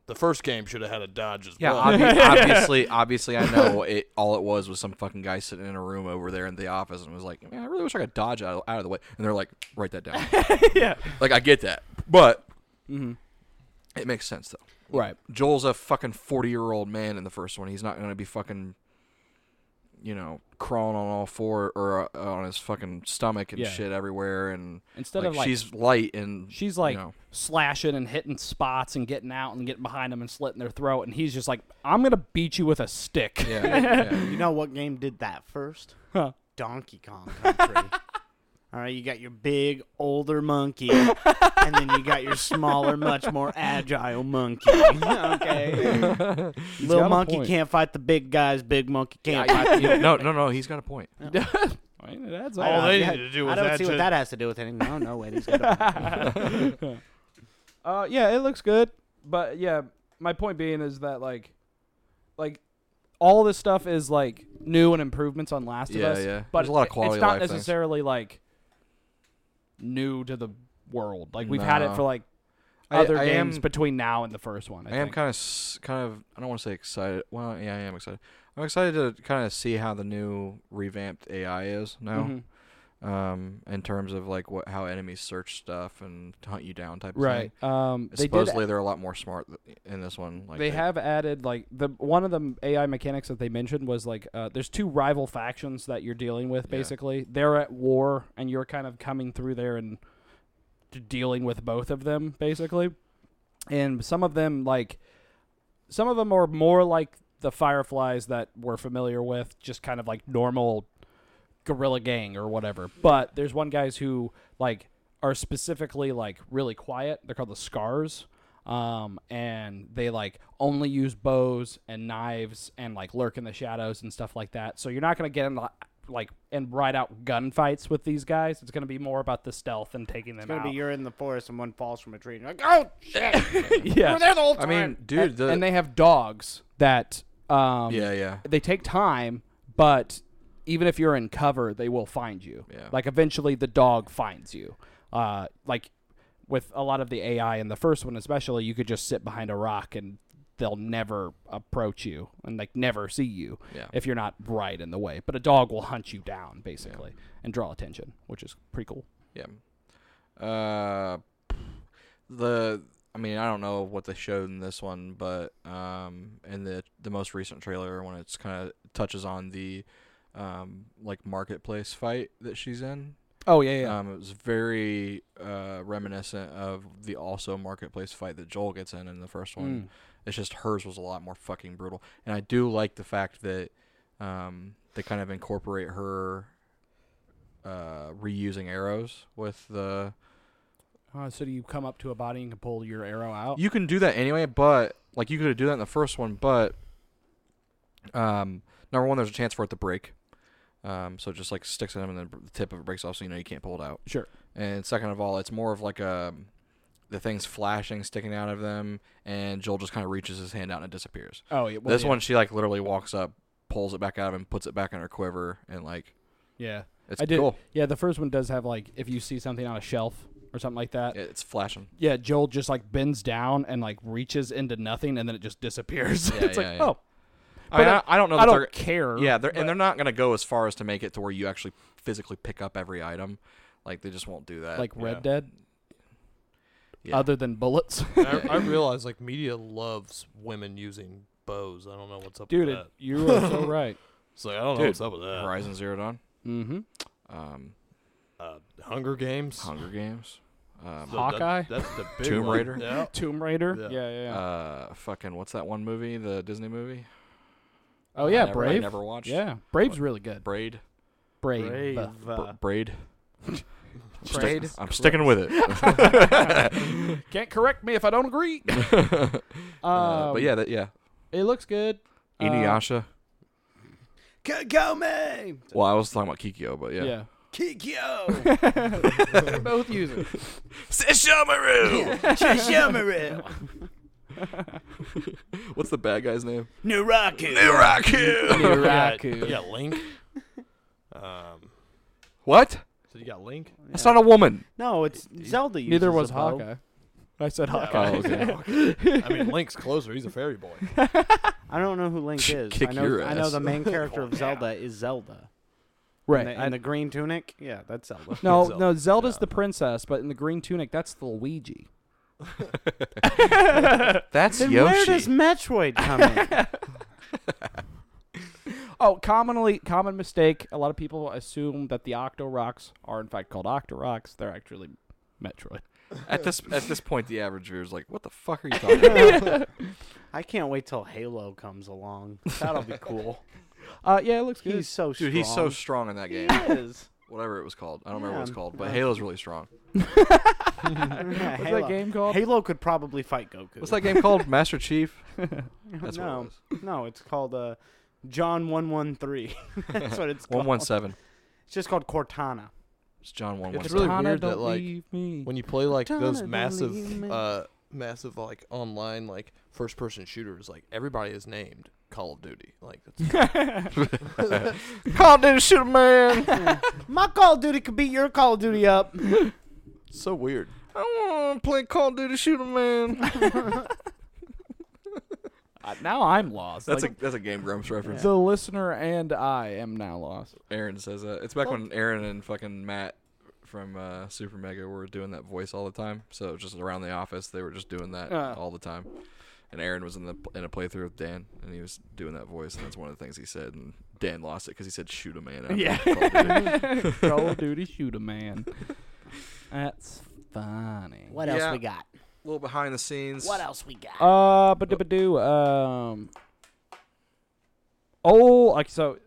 the first game should have had a dodge as
Yeah,
well.
obvi- obviously, obviously, I know it. All it was was some fucking guy sitting in a room over there in the office and was like, "Man, I really wish I could dodge out, out of the way." And they're like, "Write that down."
yeah,
like, I get that, but it makes sense though.
right.
Joel's a fucking forty-year-old man in the first one. He's not going to be fucking, you know, crawling on all four or uh, on his fucking stomach and
Yeah.
shit everywhere. And
Instead of, like-
she's light and
She's like
you know,
slashing and hitting spots and getting out and getting behind them and slitting their throat, and he's just like, "I'm gonna beat you with a stick."
yeah, yeah.
You know what game did that first?
Huh.
Donkey Kong Country. All right, you got your big older monkey, and then you got your smaller, much more agile monkey. Okay,
got
little
a
monkey
point.
can't fight the big guys. Big monkey can't
I-
fight.
you- no, no, no. He's got a point.
I mean, it adds
All
up.
they
Yeah,
needed to do
I
was
don't
add
see
to
what that has to do with anything. No, no way. He's got a-
Uh, yeah, it looks good, but yeah, my point being is that like, like. All this stuff is like new and improvements on Last
Yeah,
of Us,
yeah.
but
There's a lot of
it-
quality
it's
of
not
life things.
necessarily like new to the world. Like we've had it
No.
for like
I-
other
I
games
am-
between now and the first one. I,
I am
think.
kind of, kind of. I don't want to say excited. Well, yeah, I am excited. I'm excited to kind of see how the new revamped AI is now,
Mm-hmm.
um, in terms of like what how enemies search stuff and hunt you down type. Of
right.
Thing.
Um, they did
Supposedly, they're a lot more smart th- in this one. Like
they have added like the one of the AI mechanics that they mentioned was like uh, there's two rival factions that you're dealing with basically. They're at war and you're kind of coming through there and d- dealing with both of them basically. And some of them like some of them are more like the fireflies that we're familiar with, just kind of like normal guerrilla gang or whatever. But there's one guys who like are specifically like really quiet. They're called the scars. Um, and they like only use bows and knives and like lurk in the shadows and stuff like that. So you're not gonna get in the, like and ride out gunfights with these guys. It's gonna be more about the stealth and taking them
It's gonna
out.
be you're in the forest and one falls from a tree and you're like, oh shit,
yeah.
we're there the whole
I
time.
mean, dude.
and,
the,
and they have dogs that um
yeah, yeah.
they take time, but even if you're in cover, they will find you.
Yeah.
Like eventually, the dog finds you. Uh, like with a lot of the AI in the first one, especially, you could just sit behind a rock and they'll never approach you and like never see you
Yeah.
if you're not right in the way. But a dog will hunt you down basically and draw attention, which is pretty cool.
Yeah. Uh, the I mean I don't know what they showed in this one, but um, in the the most recent trailer when it's kind of touches on the um like marketplace fight that she's in.
Oh yeah,
Um, it was very uh, reminiscent of the also marketplace fight that Joel gets in in the first
Hmm.
one.
mm.
It's just hers was a lot more fucking brutal, and I do like the fact that um, they kind of incorporate her uh, reusing arrows with the.
Uh, so do you come up to a body and can pull your arrow out?
You can do that anyway, but like you could do that in the first one, but Um, number one, there's a chance for it to break. Um, so it just like sticks in them and then the tip of it breaks off, so you know you can't pull it out.
Sure.
And second of all, it's more of like a the thing's flashing, sticking out of them, and Joel just kind of reaches his hand out and it disappears.
Oh, yeah. well,
this
yeah.
one, she like literally walks up, pulls it back out of him, puts it back in her quiver, and like
Yeah.
it's
I did.
cool.
Yeah, the first one does have like if you see something on a shelf or something like that. Yeah.
It's flashing.
Joel just like bends down and like reaches into nothing and then it just disappears.
Yeah,
it's
yeah,
like,
yeah.
"Oh,
I, mean,
But,
I,
uh,
I don't know.
I
that
don't
they're,
care."
Yeah, they're, and they're not gonna go as far as to make it to where you actually physically pick up every item. Like they just won't do that.
like Red
yeah.
Dead.
Yeah.
Other than bullets.
I, I realize like media loves women using bows. I don't know what's up
Dude,
with
it-
that.
you are so right.
It's like I don't know
Dude,
what's up with
uh,
that.
Horizon Zero Dawn,
Mm-hmm.
um,
Uh, Hunger Games,
Hunger Games, um,
So that-
Hawkeye?
that's the big
Tomb
one.
Raider?
Yeah.
Tomb Raider. Yeah,
Yeah.
yeah. yeah.
uh, fucking what's that one movie? The Disney movie.
oh yeah,
I never, I
Brave.
never watched.
yeah, Brave's really good.
Braid.
Brave.
Brave.
Br-
Uh,
braid. Stick-
Braid.
I'm sticking with it.
Can't correct me if I don't agree.
Uh, but
Um,
yeah, that, yeah.
it looks good. Uh,
Inuyasha.
Kagome!
well, I was talking about Kikyo, but yeah.
Uh, Yeah.
Kikyo!
Both users.
Sesshomaru!
Shishamaru!
What's the bad guy's name?
Nuraku!
Nuraku!
You got-
Raku.
You got Link. Um,
What?
so you got Link.
That's not a woman.
No, it's Zelda.
Neither
uses
was
a bow.
Hawkeye. I said
Oh,
Hawkeye.
okay.
I mean, Link's closer. He's a fairy boy.
I don't know who Link is.
Kick
I know,
your
I know
ass.
the main character of Zelda is Zelda.
Right.
And the, and the green tunic? Yeah, that's Zelda.
no,
Zelda.
no. Zelda's the princess, but in the green tunic, that's the Luigi.
That's
then
Yoshi.
where does Metroid come in?
Oh, commonly common mistake. A lot of people assume that the Octorocks are in fact called Octorocks. They're actually Metroid.
at this at this point, the average viewer is like, "What the fuck are you talking about?"
I can't wait till Halo comes along. That'll be cool.
Uh, yeah, it looks good.
He's so
Dude,
strong.
he's so strong in that game.
He is.
Whatever it was called, I don't remember what it's
Yeah.
called, but
Yeah.
Halo's really strong.
Yeah,
What's
Halo.
that game called?
Halo could probably fight Goku.
What's that game called? Master Chief. That's what it
no,
was.
no, it's called uh, John One One Three. That's what it's called.
One one seven.
It's just called Cortana.
It's John one one
It's
seven.
really
Cortana,
weird that,
don't
like,
leave me.
when you play like those
Donna, believe
massive
me.
uh massive like online like first person shooters like everybody is named call of duty like that's
Call of Duty Shooter Man.
My Call of Duty could beat your Call of Duty up.
so weird
I want to play Call of Duty Shooter Man.
Uh, now I'm lost.
That's
Like,
a that's a Game Grumps reference.
the listener and I am now lost.
Aaron says that. It's back when Aaron and fucking Matt from uh, Super Mega were doing that voice all the time. So it was just around the office, they were just doing that
Uh.
all the time. And Aaron was in the in a playthrough with Dan, and he was doing that voice, and that's one of the things he said. And Dan lost it because he said "shoot a man." After
Yeah.
Call of Duty.
Call of Duty shoot a man. That's funny.
What
Yeah.
else we got?
a little behind the scenes.
What else we got?
Uh, but do um. Oh, like so.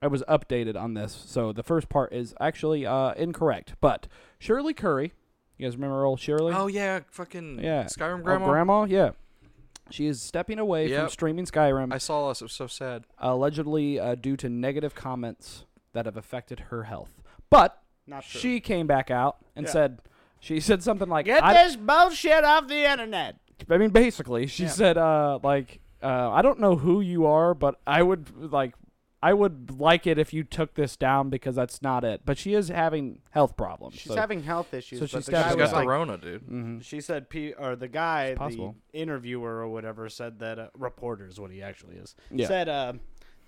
I was updated on this, so the first part is actually uh incorrect. But Shirley Curry, you guys remember old Shirley?
Oh yeah, fucking
yeah,
Skyrim
Oh,
grandma.
grandma, yeah. She is stepping away from
Yep.
streaming Skyrim,
I saw us. It was so sad.
allegedly uh, due to negative comments that have affected her health. But
Not true.
she came back out and
Yeah.
said she said something like
Get
"I-
this bullshit off the internet.
I mean, basically, she
Yeah.
said, uh, like, uh, I don't know who you are, but I would like, I would like it if you took this down because that's not it. But she is having health problems.
She's
so-
having health issues.
so
but
she's
the
got-
guy
I
She's
she's
was
got the
like,
Rona, dude.
Mhm.
She said, P- or the guy, the
possible.
interviewer or whatever, said that uh, reporter is what he actually is.
Yeah.
Said uh,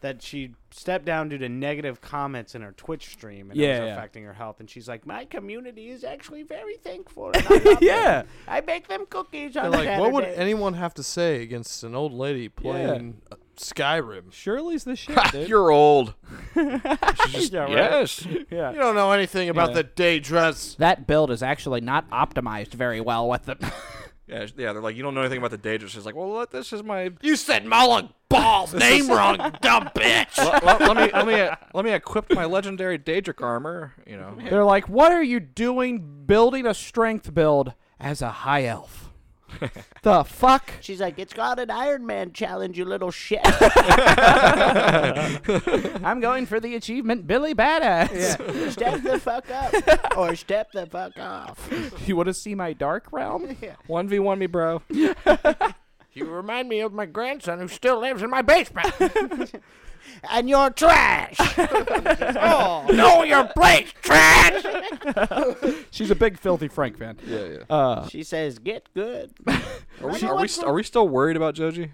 that she stepped down due to negative comments in her Twitch stream and it
Yeah,
was
yeah.
affecting her health. And she's like, my community is actually very thankful. And I love
Yeah.
them. I bake them cookies on
And, like what would
Saturday."
anyone have to say against an old lady playing uh, skyrim
Shirley's the shit, dude.
You're old.
yeah, right?
Yes.
Yeah.
you don't know anything about
Yeah.
the day dress
That build is actually not optimized very well with the.
Yeah, sh- yeah. They're like, you don't know anything about the Daedra. She's like, well, let, this is my.
you said Moloch ball's name wrong dumb bitch
let, let- let me let me uh, let me equip my legendary Daedric armor. You know.
They're like, what are you doing building a strength build as a high elf?
the fuck?
She's like, it's called an Iron Man challenge, you little shit.
I'm going for the achievement, Billy Badass.
Step the fuck up. Or step the fuck off.
you want to see my dark realm? One v one me, bro.
You remind me of my grandson who still lives in my basement.
And you're trash.
Oh.
no, your place, trash.
She's a big filthy Frank fan.
Yeah, yeah.
Uh,
She says, get good.
are we, are, we st- are we still worried about Joji?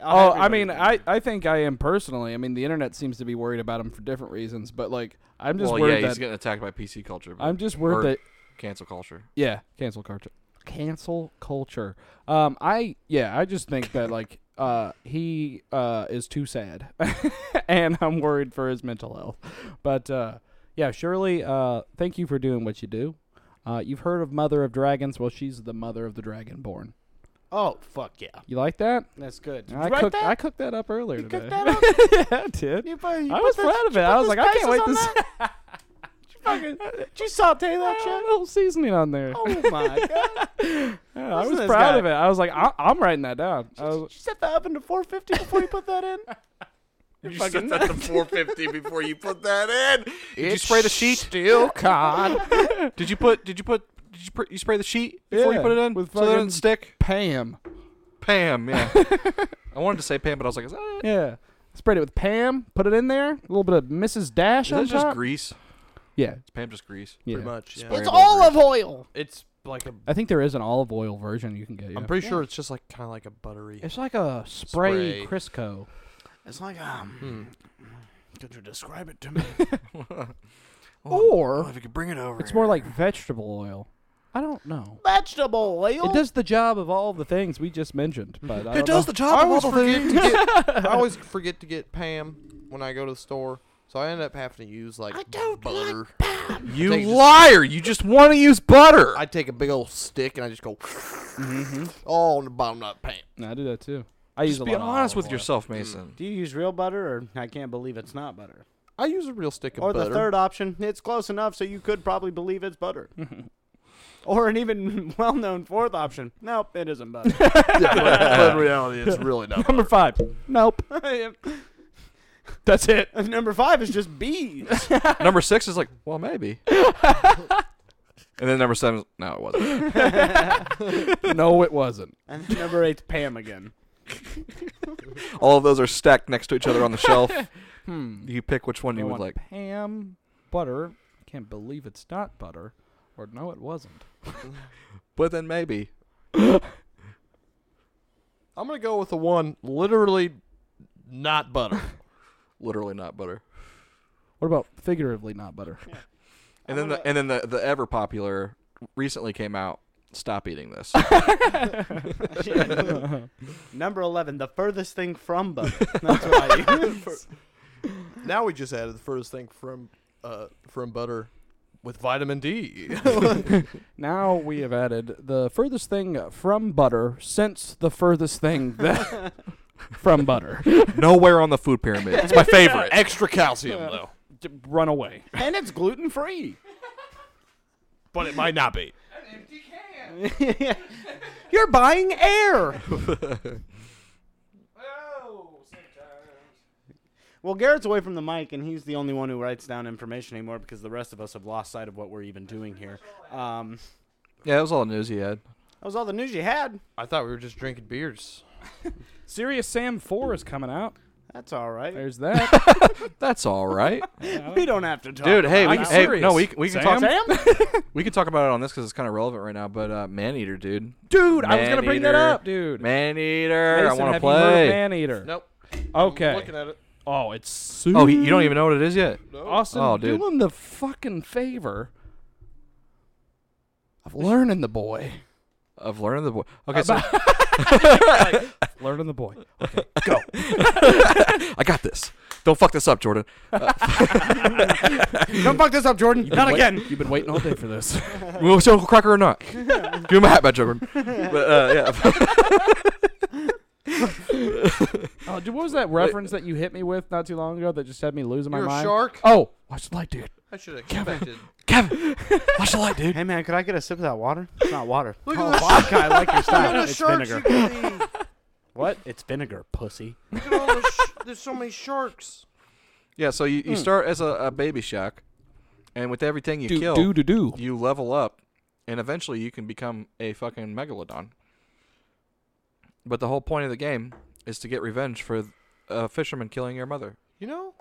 oh, I mean, I, I think I am personally. I mean, the internet seems to be worried about him for different reasons, but like, I'm just
well, yeah,
worried
he's
that
getting attacked by PC culture. but-
I'm just worried
or
that
cancel culture.
yeah, cancel culture, cancel culture. Um, I yeah, I just think that like uh he uh is too sad, and I'm worried for his mental health. But uh, yeah, Shirley, uh, thank you for doing what you do. Uh, you've heard of Mother of Dragons? Well, she's the mother of the Dragonborn.
Oh, fuck yeah.
You like that?
That's good.
I
write
cooked.
that?
I cooked that up earlier today.
cooked that up?
yeah, I did.
You put- you
I
put
was
the-
proud of it.
you
I
put
was
the
like, I can't wait to
spices on
see
that? Did you fucking, did you saute that
that
shit?
little seasoning on there.
Oh my god!
Yeah, I was
listen to this
proud
guy.
of it. I was like, I- I'm writing that down. I
Did you
was,
set the oven to 450 before you put that in?
You set that to 450 before you put that in.
Did you spray the sheet? Still con. did you put? Did you put? Did you, pr- you spray the sheet before
Yeah,
you put it in?
with
so it
fucking-
didn't stick.
Pam.
Pam. Yeah. I wanted to say Pam, but I was like, is that,
Yeah. Sprayed it with Pam. Put it in there. A little bit of Mrs. Dash
is
on
that just
top.
grease?
yeah.
Is Pam just grease?
yeah.
Pretty much. Yeah.
It's
olive oil.
It's like a.
I think there is an olive oil version you can get. Yeah.
am pretty sure it's just like kind of like a buttery.
It's like a spray,
Spray.
Crisco.
It's like um.
Hmm.
Could you describe it to me?
Or
Oh, if you could bring it over.
it's more like vegetable oil. I don't know.
Vegetable oil.
It does the job of all the things we just mentioned, but I don't
It does the
know.
job. of
always
all the
forget
things.
to get- I always forget to get Pam when I go to the store, so I end up having to use like butter.
You
They just-
liar! You just want to use butter.
I take a big old stick and I just go Mm-hmm. all on the bottom of that Pam.
No, I do that too. I use
just
a
be Mm.
lot of
honest
olive
with
oil.
yourself, Mason.
Do you use real butter, or I can't believe it's not butter?
I use a real stick of
Or
butter.
the third option, it's close enough, so you could probably believe it's butter. or an even well-known fourth option, nope, it isn't butter.
but in reality, it's really not.
Number five. Nope. That's it.
Number five is just bees.
number six is like, well, maybe. and then number seven, is, no, it wasn't.
no, it wasn't.
and then number eight's Pam again.
All of those are stacked next to each other on the shelf.
Hmm.
You pick which one you would like.
Ham, butter. I can't believe it's not butter. Or no, it wasn't.
But then maybe.
I'm gonna go with the one literally not butter.
literally not butter.
What about figuratively not butter?
And then the, and then the, the ever popular recently came out. Stop eating this.
Number eleven, the furthest thing from butter. That's what I use.
now we just added the first thing from uh, from butter with vitamin D.
Now we have added the furthest thing from butter since the furthest thing that from butter.
Nowhere on the food pyramid. It's my favorite.
Extra calcium though,
D- Run away.
and it's gluten free.
but it might not be.
You're buying air. Well, Garrett's away from the mic, and he's the only one who writes down information anymore because the rest of us have lost sight of what we're even doing here. Um,
yeah, that was all the news he had.
that was all the news you had.
I thought we were just drinking beers.
Serious Sam 4 is coming out.
That's all right.
There's that.
That's all right,
We don't have to talk.
dude. Hey,
about
we,
I'm
that
hey,
serious.
no, we we can talk.
Sam?
one. Sam?
We can talk about it on this because it's kind of relevant right now. But uh, man eater, dude.
Dude, I was
Man
going to bring that
Eater.
up, dude.
Man eater. I want
Mason,
to
have you heard of
play.
Man Eater.
Nope.
Okay.
I'm looking at it.
Oh, it's super.
Oh, he, you don't even know what it is yet.
Austin,
Oh,
do
dude.
him the fucking favor of learning the boy.
Of learning the boy. Okay, so
Learning the boy.
I got this. Don't fuck this up, Jordan. Uh,
Don't fuck this up, Jordan. Not again.
You've been waiting all day for this.
We want to see Uncle Cracker or not? Give him a hat, by Jordan. But uh, yeah.
Oh, dude, what was that reference that you hit me with not too long ago that just had me losing my
You're a
mind?
shark.
Oh, watch the light, dude.
I should have expected.
Kevin, watch the light, dude.
Hey man, could I get a sip of that water? It's not water.
Look
oh,
at the
vodka. I like your style.
Look at the
it's
sharks
vinegar.
you can eat.
What? It's vinegar, pussy.
Look at all the sh- There's so many sharks.
Yeah, so
Hmm.
you, you start as a, a baby shark, and with everything you
Do
kill,
do do do.
you level up, and eventually you can become a fucking megalodon. But the whole point of the game is to get revenge for a fisherman killing your mother.
You know,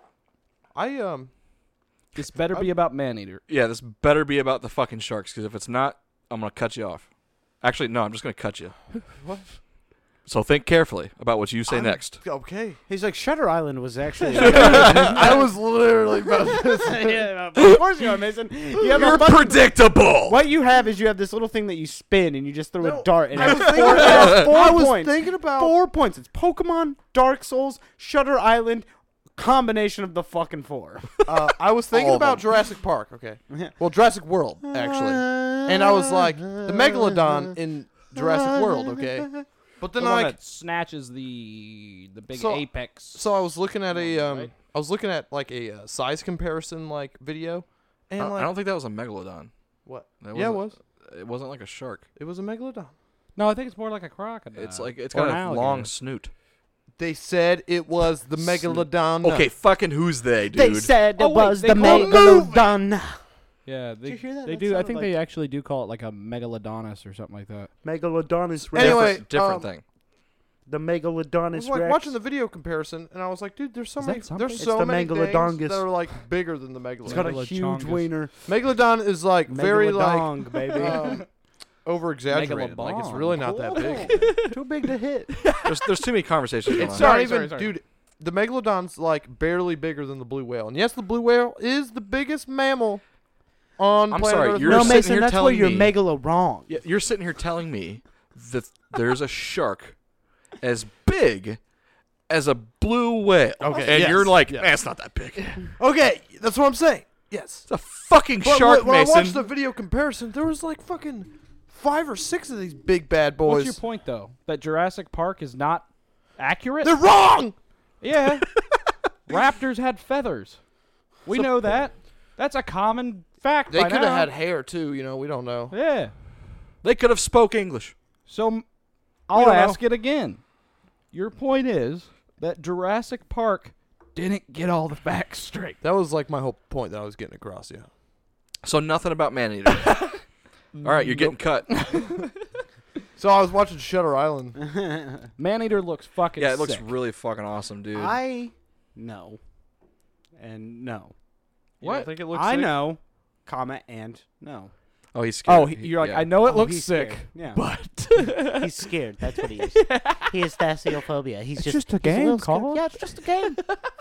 I um.
This better be about man eater.
Yeah, this better be about the fucking sharks, because if it's not, I'm gonna cut you off. Actually, no, I'm just gonna cut you.
What?
So think carefully about what you say
I'm-
next.
Okay.
He's like Shutter Island was actually.
I was literally about to
yeah, of course you are, Mason. You have
You're
a fucking,
predictable.
what you have is you have this little thing that you spin and you just throw
No,
a dart and
I
it's
was thinking
four, it
about-
has four
I was
points.
thinking about-
four points. It's Pokemon, Dark Souls, Shutter Island, combination of the fucking four.
Uh, I was thinking
All of
about
them.
Jurassic Park. Okay. Well, Jurassic World actually, and I was like the megalodon in Jurassic World. Okay. But then I
snatches the the big
So-
apex.
so I was looking at a um
Right.
I was looking at like a uh, size comparison like video, and
I,
like
I don't think that was a megalodon.
what?
That
yeah, it was.
wasn't- It wasn't like a shark.
It was a megalodon.
no, I think it's more like a crocodile.
It's like it's
Or
got
an
a long
alligator.
snoot.
They said it was the megalodon.
Okay, fucking who's they, dude?
They said
Oh,
it
wait,
was
they
the
call it-
Megalodon.
yeah. They,
you hear that?
they
That
do. I
sounded
think they actually do call it like a megalodonis or something like that.
Megalodonus
Rex. Anyway,
different, different
um,
thing.
The
I
Megalodonus
was like watching the video comparison, and I was like, dude, there's so
Is
many.
that something?
There's
It's
so
the
many things
megalodongus.
that are like bigger than the megalodon.
It's got a huge
Megalodongus.
wiener.
megalodon is like very like
Megalodong, baby.
um, over exaggerated. Like it's
Megalobong.
really not that big.
Too big to hit.
There's, there's too many conversations going
It's
on.
not
Sorry, sorry,
even,
sorry.
dude. The megalodon's like barely bigger than the blue whale, and yes, the blue whale is the biggest mammal on
I'm
planet
sorry,
Earth.
you're
no,
sitting
Mason,
here
that's where
telling
you're
me-
megalo wrong.
Yeah, You're sitting here telling me that there's a shark as big as a blue whale.
Okay,
And
yes,
you're like,
yes.
man, it's not that big. It's
okay, that's what I'm saying. Yes,
a fucking
but
shark,
when, when I watched
Mason.
the video comparison, there was like fucking five or six of these big bad
What's
boys.
your point though? That Jurassic Park is not accurate.
They're wrong.
yeah. Raptors had feathers. We know that. That's a common fact.
They
by
could have
now.
had hair too. You know, we don't know.
Yeah.
they could have spoke English.
So m- I'll
don't
ask it again. Your point is that Jurassic Park didn't get all the facts straight.
That was like my whole point that I was getting across. Yeah.
So nothing about man eater. All right, you're getting cut.
So I was watching Shutter Island.
Maneater looks fucking
yeah, it looks
sick.
really fucking awesome, dude.
I know. And no.
What? I think it looks.
I
sick?
know, comma, and no.
oh, he's scared.
Oh, he- you're like,
yeah.
I know it
Oh,
looks
he's
sick,
scared. Yeah.
but
He's scared. That's what he is. He has thasiophobia. He's
It's
just,
just a
he's
game,
little scared.
Colin.
Yeah, it's just a game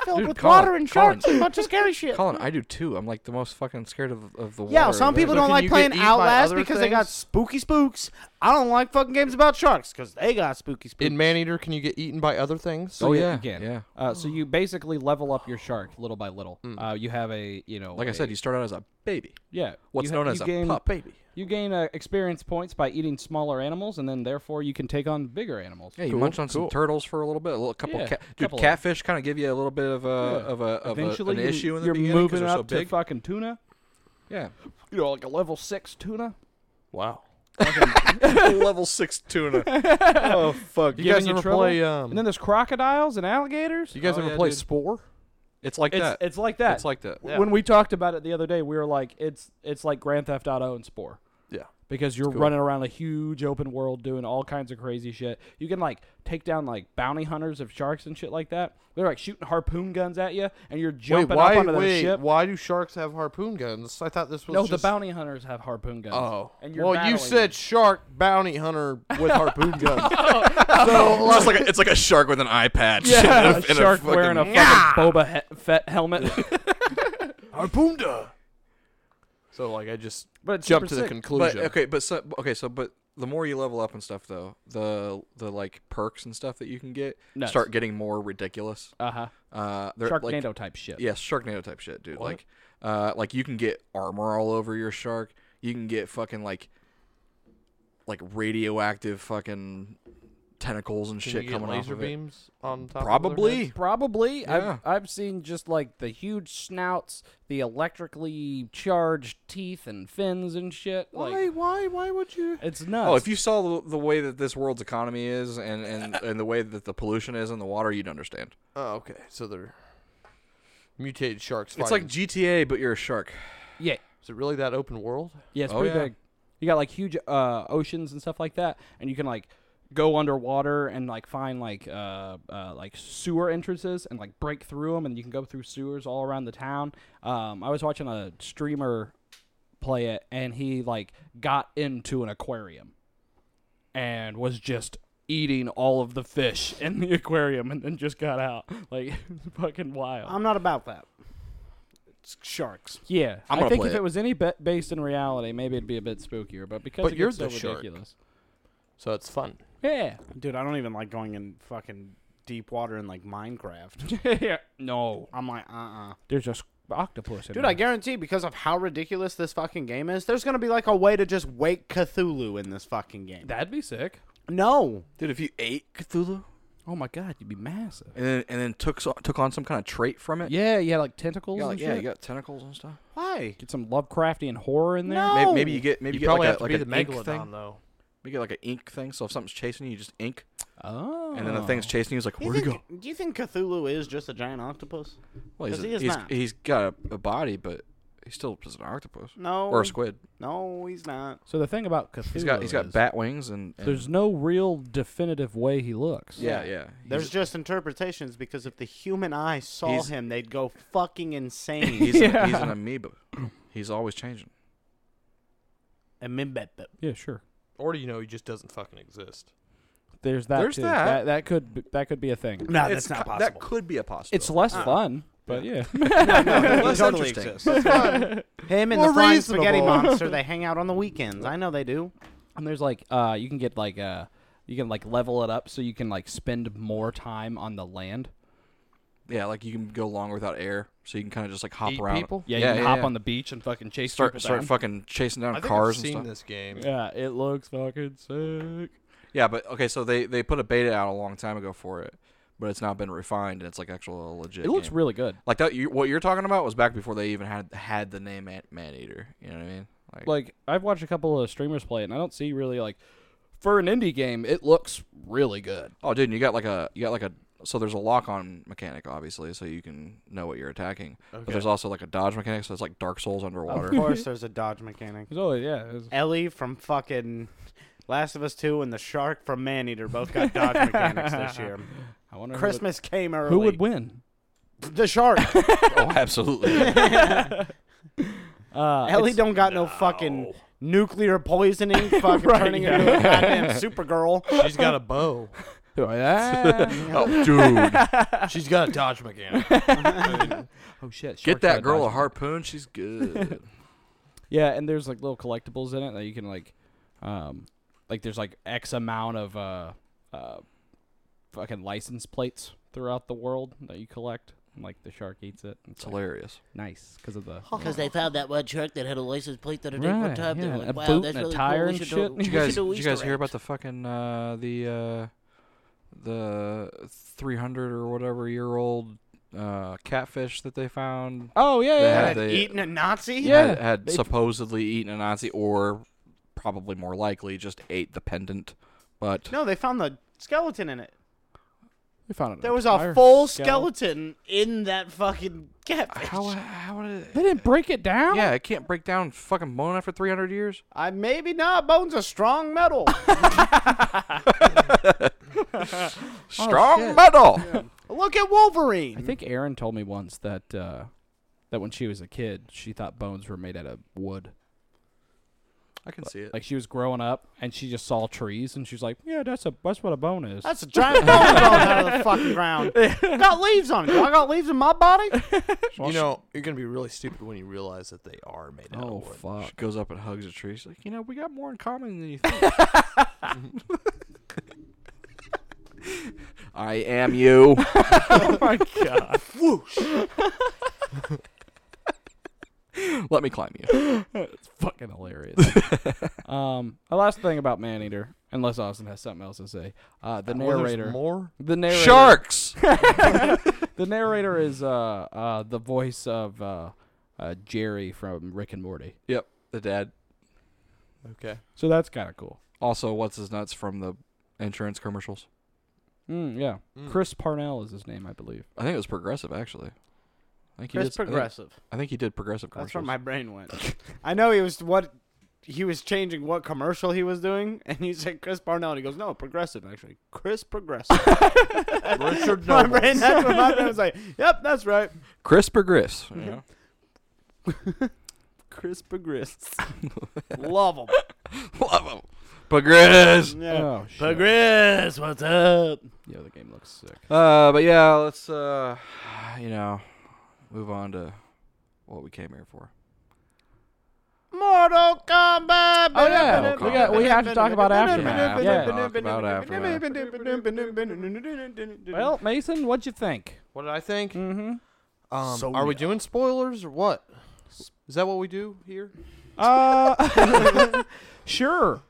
filled
Dude,
with
Colin,
water and
Colin.
sharks and a bunch of scary shit.
Colin, I do too. I'm like the most fucking scared of, of the
Yeah,
water.
some people
There's-
don't
can
like
you
playing
get eaten by
Outlast
other
because they got
things?
spooky spooks. I don't like fucking games about sharks because they got spooky spooks.
In Maneater, can you get eaten by other things?
So
Oh,
you-
yeah,
you can.
yeah.
Uh, so you basically level up your shark little by little. Uh, you have a, you know,
Like I
a-
said, you start out as a baby.
yeah,
What's
you ha-
known
you
as a
gain,
pup. Baby.
You gain uh, experience points by eating smaller animals, and then therefore you can take on bigger animals.
Yeah, you munch on some turtles for a little bit, a little couple.
Yeah,
cat, dude,
couple of 'em.
catfish kind of give you a little bit of a of a of a,
Eventually,
uh, an
you-
issue in the
you're
beginning 'cause
moving
they're
up
so
to
big.
fucking tuna.
yeah,
You know, like a level six tuna.
Wow.
level six tuna. oh fuck!
You
Giving
guys
you
ever
trouble?
play? Um,
And then there's crocodiles and alligators.
you guys
Oh,
ever
yeah,
play
dude.
Spore?
It's like
It's
that.
it's like that.
It's like that.
W- When we talked about it the other day, we were like, it's it's like Grand Theft Auto and Spore.
Yeah.
Because you're
cool.
running around a huge open world doing all kinds of crazy shit. You can like take down like bounty hunters of sharks and shit like that. They're like shooting harpoon guns at you, and you're
Wait,
jumping
why?
up onto
Wait,
the ship.
why do sharks have harpoon guns? I thought this was
no, the
just-
bounty hunters have harpoon guns.
Oh,
and you're
well, you
battling
said
them.
shark bounty hunter with harpoon guns.
It's just like a, it's like a shark with an eye patch.
yeah,
and
a
a- and
shark
a
wearing a
fucking-
fucking Boba he- Fett helmet.
Harpoonda. So like I just
but it's super
jumped to the
sick.
But
conclusion.
okay, but so okay, so but the more you level up and stuff, though, the the like perks and stuff that you can get
Nuts.
start getting more ridiculous.
Uh huh.
Uh, they're like
Sharknado type shit.
Yeah, Sharknado type shit, dude. Like, uh, like you can get armor all over your shark. You can get fucking like, like radioactive fucking tentacles and
Can
shit
you get
coming off
laser
of it.
beams on top. Of their
Probably.
heads?
Probably.
Yeah.
I've, I've seen just like the huge snouts, the electrically charged teeth and fins and shit.
why?
Like
Why? Why would you?
it's nuts.
Oh, if you saw the, the way that this world's economy is and, and, and the way that the pollution is in the water, you'd understand.
Oh, okay. So they're mutated sharks.
It's
fighting.
like GTA, but you're a shark.
yeah,
is it really that open world?
yeah, it's
Oh,
pretty
yeah.
big. You got like huge uh, oceans and stuff like that, and you can like go underwater and like find like uh, uh like sewer entrances and like break through them, and you can go through sewers all around the town. Um, I was watching a streamer play it, and he like got into an aquarium. and was just eating all of the fish in the aquarium and then just got out like fucking wild.
I'm not about that. It's sharks.
yeah,
I'm
i
gonna
think
play
if
it.
it was any be- based in reality, maybe it'd be a bit spookier. But because
But
it
you're
gets so
the shark.
ridiculous,
So it's fun.
yeah,
Dude, I don't even like going in fucking deep water in like Minecraft.
yeah, no,
I'm like, uh uh
there's just octopus. In
Dude,
there.
I guarantee because of how ridiculous this fucking game is, there's gonna be like a way to just wake Cthulhu in this fucking game.
that'd be sick.
No.
Dude, if you ate Cthulhu
Oh my god, you'd be massive.
and then, and then took, so- took on some kind of trait from it,
Yeah, you had like tentacles
you got, like,
and
yeah,
shit.
you got tentacles and stuff.
Why?
Get some Lovecraftian horror in there.
No.
Maybe, maybe you get maybe
you
you, get
probably
like
have
a,
to
like
be
an
the
ink
megalodon
thing.
though.
You get like an ink thing. So if something's chasing you, you just ink,
Oh,
and then the thing's chasing you. It's like,
Do you
where'd you go?
think- Do you think Cthulhu is just a giant octopus?
Well, he's,
'Cause
a-
he is
he's,
not.
he's got a, a body, but he's still just an octopus
No.
or a squid.
No, he's not.
So the thing about Cthulhu,
He's got he's got
is
bat wings and, and
There's no real definitive way he looks.
yeah yeah. He's-
There's just interpretations because if the human eye saw
He's-
him, they'd go fucking insane.
he's, an, he's an amoeba. He's always changing.
Amembep.
Yeah, sure.
Or do you know he just doesn't fucking exist?
There's that.
There's
too.
that.
That, that could be, that could be a thing.
No,
It's co- That could be a possibility.
It's less fun, but yeah.
less
totally
interesting.
exists. Him and
More
the flying spaghetti
reasonable.
monster, they hang out on the weekends. I know they do.
and there's like uh, you can get like uh, you can like level it up so you can like spend more time on the land.
yeah, like you can go long without air, so you can kind of just like hop
Eat
around.
people?
Yeah, you can hop on the beach and fucking chase
start
people
start
down.
fucking chasing down
I think
cars and
I've seen
stuff.
this game.
Yeah, it looks fucking sick.
Yeah, but okay, so they they put a beta out a long time ago for it, but it's now been refined and it's like actual legit.
It looks
game.
really good.
like that. You, what you're talking about was back before they even had had the name Man, Man Eater. You know what I mean?
Like I've watched a couple of streamers play it, and I don't see really like for an indie game, it looks really good.
Oh, dude, and you got like a you got like a so there's a lock on mechanic, obviously, so you can know what you're attacking. But there's also like a dodge mechanic, so it's like Dark Souls underwater.
Of course, there's a dodge mechanic.
So yeah, it was-
Ellie from fucking Last of Us 2 and the shark from Maneater both got dodge mechanics this year.
I wonder who would-
Christmas came early.
who would win.
The shark.
oh, absolutely.
Uh,
Ellie don't got no, fucking nuclear poisoning fucking turning into a goddamn Supergirl.
She's got a bow.
oh, dude,
She's got a dodge mechanic.
Oh shit!
get
Shark's got
that girl a
dodge.
harpoon. She's good.
Yeah, and there's like little collectibles in it that you can like, um, like there's like X amount of uh, uh, fucking license plates throughout the world that you collect. And, like the shark eats it.
It's hilarious.
Nice because of the
Because they found that one shark that had a license plate that it did
Right,
one time.
yeah,
They're
a
like, wow,
boot and
that's
a
really
tire
cool.
and
we should
shit.
Do,
Did
Did
we
you
should
guys,
do
did you guys
Easter
hear about
eggs.
the fucking uh, the uh, the 300 or whatever year old uh, catfish that they found?
Oh yeah,
They
yeah,
had
yeah.
Had
they-
eaten a Nazi?
Yeah,
had, had
they-
supposedly eaten a Nazi, or probably more likely just ate the pendant. But
No, they found the skeleton in it.
We found it.
There was a full skeleton in that fucking catfish.
how how would it?
They didn't break it down.
Yeah, it can't break down fucking bone after 300 years.
Oh,
I maybe not. Bone's a strong metal.
Strong
shit.
metal.
Look at Wolverine.
I think Aaron told me once that uh, that when she was a kid, she thought bones were made out of wood.
I can see it.
Like she was growing up and she just saw trees and she was like, "Yeah, that's a that's what a bone is."
That's a giant bone growing out of the fucking ground. Got leaves on it. Do I got leaves in my body.
you know, you're gonna be really stupid when you realize that they are made out
oh
of wood.
fuck.
She goes up and hugs a tree. She's like, you know, we got more in common than you think. I am you.
Oh my god.
Let me climb you.
Fucking hilarious. um, the last thing about Maneater, unless Austin has something else to say. Uh, the
Well, there's
narrator,
more.
the narrator,
Sharks.
the narrator is uh, uh, the voice of uh, uh, Jerry from Rick and Morty.
yep, the dad.
Okay.
So that's kind of cool.
Also, what's his nuts from the insurance commercials?
Mm, yeah,
Mm.
Chris Parnell is his name, I believe.
I think it was Progressive actually. I think he
Chris
did- I think-
Progressive.
I think he did Progressive commercials.
That's where my brain went. I know he was what he was changing what commercial he was doing, and he said Chris Parnell, and he goes, "No, progressive actually, Chris Progressive."
Richard
my
Noble.
brain, that's what my brain was like. Yep, that's right.
Chris Progress. you
Mhm.
know?
Chris Progress. Love him.
Love him. Progress.
Yeah.
Oh shit!
Progress, what's up?
yeah, the game looks sick.
Uh, but yeah, let's uh, you know, move on to what we came here for.
Mortal Kombat.
Oh, yeah.
We got-
we have to talk about Aftermath.
Yeah. Talk about Aftermath.
Well, Mason, what'd you think?
What did I think?
Mm-hmm.
Mm. Um,
So
are we
yeah.
doing spoilers or what? Is that what we do here?
Uh, sure.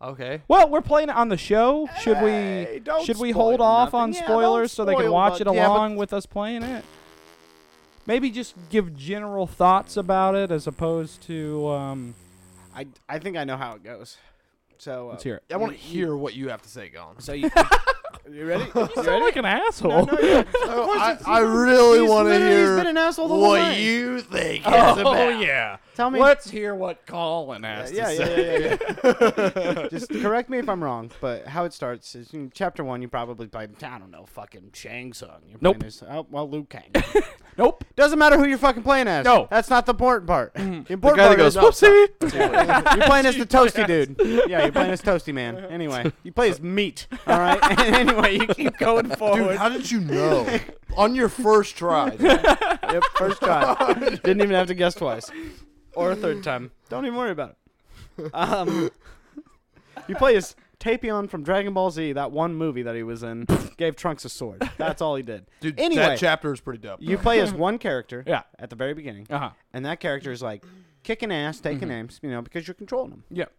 Okay.
Well, we're playing it on the show. Should
Hey, don't
we should we
spoil
hold off
nothing.
on
Yeah, don't
spoilers so they can
spoil
watch it
nothing. Yeah, but-
along with us playing it? Maybe just give general thoughts about it as opposed to um.
I I think I know how it goes. So uh,
Let's hear it.
I want to hear what you have to say, Colin.
So you, you ready? You
Sound
ready?
like an asshole.
I, I really
He's
want to
literally- he's
hear
been an asshole the whole
what
night.
you think.
Oh,
it's about.
yeah.
Tell me.
Let's hear what Colin has to
Yeah,
say.
yeah, yeah, yeah, yeah. Just correct me if I'm wrong, but how it starts is in chapter one. You probably play. I don't know, fucking Shang Tsung. You're
Nope.
playing as- oh, well, Liu Kang.
Nope.
Doesn't matter who you're fucking playing as.
No.
that's not the important part. The
The
important
guy that
part
goes
is oh,
whoopsie.
You're playing as the toasty dude. Yeah, you're playing as toasty man. Anyway, you play as meat. All right. anyway, you keep going forward.
Dude, how did you know? On your first try.
Yep, first time. Didn't even have to guess twice. Or a third time. Don't even worry about it. Um, you play as Tapion from Dragon Ball Z, that one movie that he was in, gave Trunks a sword. That's all he did.
Dude,
Anyway.
that chapter is pretty dope.
You play as one character
Yeah.
at the very beginning,
Uh huh.
and that character is like kicking ass, taking names, you know, because you're controlling him.
Yeah.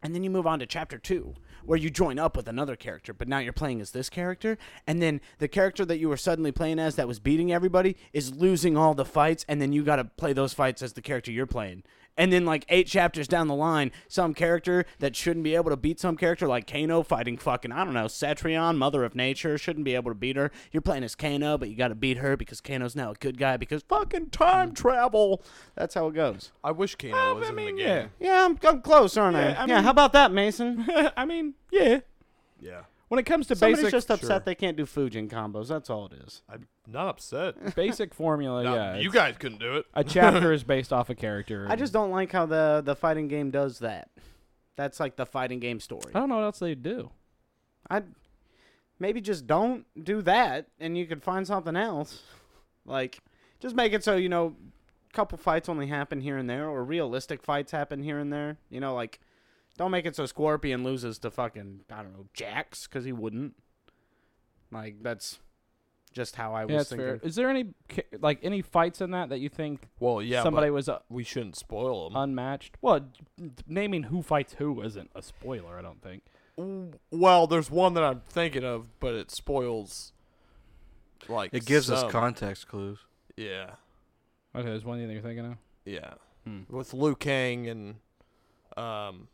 And then you move on to chapter two, where you join up with another character, but now you're playing as this character. And then the character that you were suddenly playing as that was beating everybody is losing all the fights. And then you got to play those fights as the character you're playing. And then, like, eight chapters down the line, some character that shouldn't be able to beat some character, like Kano fighting fucking, I don't know, Cetrion, Mother of Nature, shouldn't be able to beat her. You're playing as Kano, but you got to beat her because Kano's now a good guy because fucking time travel. That's how it goes.
I wish Kano was
I
in
mean,
the
yeah.
game.
Yeah, I'm, I'm close, aren't I?
Yeah, I
yeah,
mean-
how about that, Mason?
I mean, yeah.
Yeah.
When it comes to
Somebody's
basic
just upset
Sure.
they can't do Fujin combos. That's all it is.
I'm not upset.
basic formula,
Not-
yeah.
you
it's-
guys couldn't do it.
a chapter is based off a character.
I just don't like how the the fighting game does that. That's like the fighting game story.
I don't know what else they do.
I maybe just don't do that, and you could find something else. Like, just make it so you know, couple fights only happen here and there, or realistic fights happen here and there. You know, like, don't make it so Scorpion loses to fucking I don't know Jax because he wouldn't. Like that's just how I was
Yeah, that's
thinking.
fair. Is there any ca- like any fights in that that you think
Well, yeah,
somebody
but
was uh,
we shouldn't spoil them.
unmatched? Well, naming who fights who isn't a spoiler, I don't think.
well, there's one that I'm thinking of, but it spoils. Like
It gives us
some.
context clues.
Yeah,
Okay, there's one thing you're thinking of.
yeah.
Hmm.
With Liu Kang and um.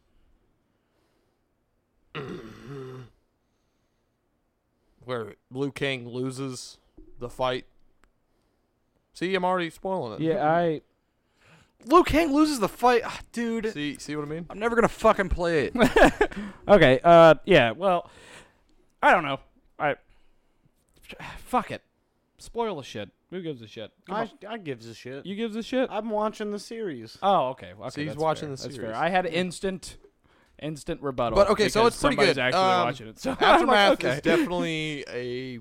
where Liu Kang loses the fight. See, I'm already spoiling it.
Yeah, I
Luke Kang loses the fight, Ah, dude.
See, see what I mean?
I'm never gonna fucking play it.
okay. Uh, yeah. Well, I don't know. I fuck it. Spoil the shit. Who gives a shit? Come
I,
on.
I gives a shit.
you gives a shit.
I'm watching the series.
Oh, okay. okay
See, he's
that's
watching
fair.
the
That's
series.
fair. I had instant, instant rebuttal.
But, okay, so
because
it's pretty
somebody's
good.
Actually
Um,
watching it. So I'm like,
Aftermath
okay.
is definitely a.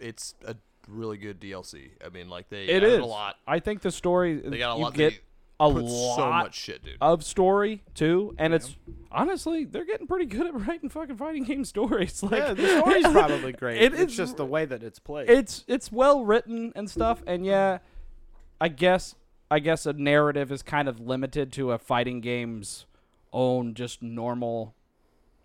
It's a really good DLC. I mean, like they
It
added
is
a lot.
I think the story
They got a
you
lot.
get
they
a
put
lot
so much shit, dude.
of story too, and it's honestly they're getting pretty good at writing fucking fighting game stories. Like
Yeah, the story's probably great.
It
it's
is
just the way that it's played.
it's it's well written and stuff, and yeah, I guess I guess a narrative is kind of limited to a fighting game's own just normal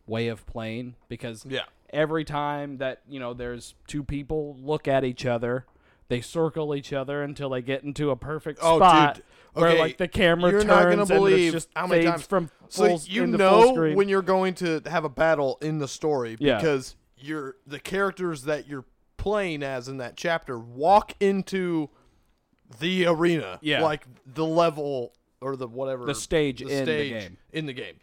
way of playing because
Yeah.
every time that you know there's two people look at each other they circle each other until they get into a perfect
Oh,
spot
dude.
where
Okay,
like the camera
you're
turns
not gonna
and
believe
it just
how many
fades
times-
from
So
full,
you
into full
know
screen.
when you're going to have a battle in the story
Yeah.
because you're the characters that you're playing as in that chapter walk into the arena,
Yeah.
like the level or the whatever
The stage in the game.
in the game.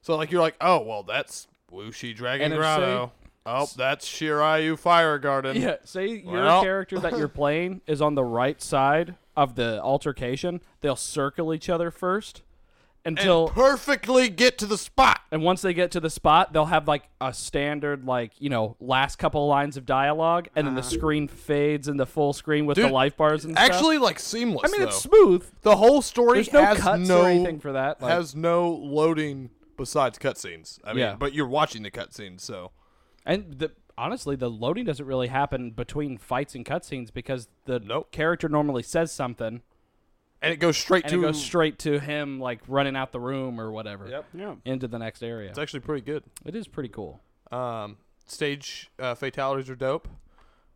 So like you're like, oh well, that's Wushi Dragon
And if say-
Grotto. Oh, that's Shirayu Fire Garden.
Yeah, say your
Well.
character that you're playing is on the right side of the altercation. They'll circle each other first
And
until and,
perfectly get to the spot.
once they get to the spot, they'll have like a standard like, you know, last couple lines of dialogue and then the screen fades into full screen with the
Ah. Dude,
life bars and stuff.
Actually, like seamless.
I mean it's
though.
smooth.
the whole story
There's no
has
cuts
no
or anything for that. Like,
has no loading besides cutscenes. I mean,
Yeah.
but you're watching the cutscenes, so
and the honestly the loading doesn't really happen between fights and cutscenes because the
Nope.
character normally says something
and it goes straight
and
to.
it goes straight to him like running out the room or whatever
Yep.
Yeah.
into the next area
It's actually pretty good.
it is pretty cool
Um, stage uh, fatalities are dope.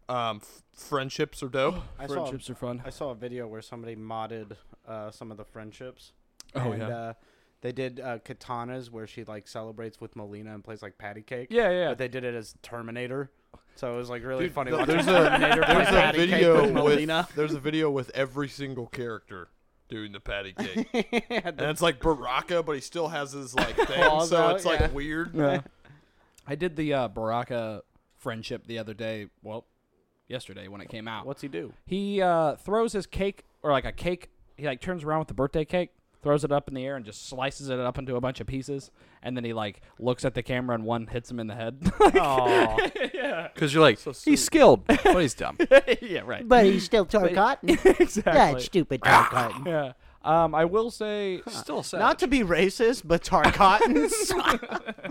Um, f- friendships are dope.
I saw,
friendships are fun
I saw a video where somebody modded uh, some of the friendships.
Oh,
and,
yeah.
Uh, they did uh, katanas where she like celebrates with Molina and plays like patty cake.
yeah yeah
But they did it as Terminator, so it was like really
Dude,
funny.
th-
watching
there's a-
Terminator play
There's a
patty cake with
video
Molina.
with there's a video with every single character doing the patty cake,
Yeah,
and it's like Baraka, but he still has his like thing,
Claws
so
out,
it's like
yeah.
weird.
i did the uh, baraka friendship the other day well yesterday when it came out
What's he do?
he uh, throws his cake or like a cake he like turns around with the birthday cake throws it up in the air and just slices it up into a bunch of pieces and then he like looks at the camera and one hits him in the head
Oh,
Because you're like, he's skilled, but he's dumb.
yeah right
But he's still Tar Cotton. exactly. That stupid Tar
Ah.
Cotton.
yeah um, i will say
Still sad.
not to be racist, but Tar Cotton.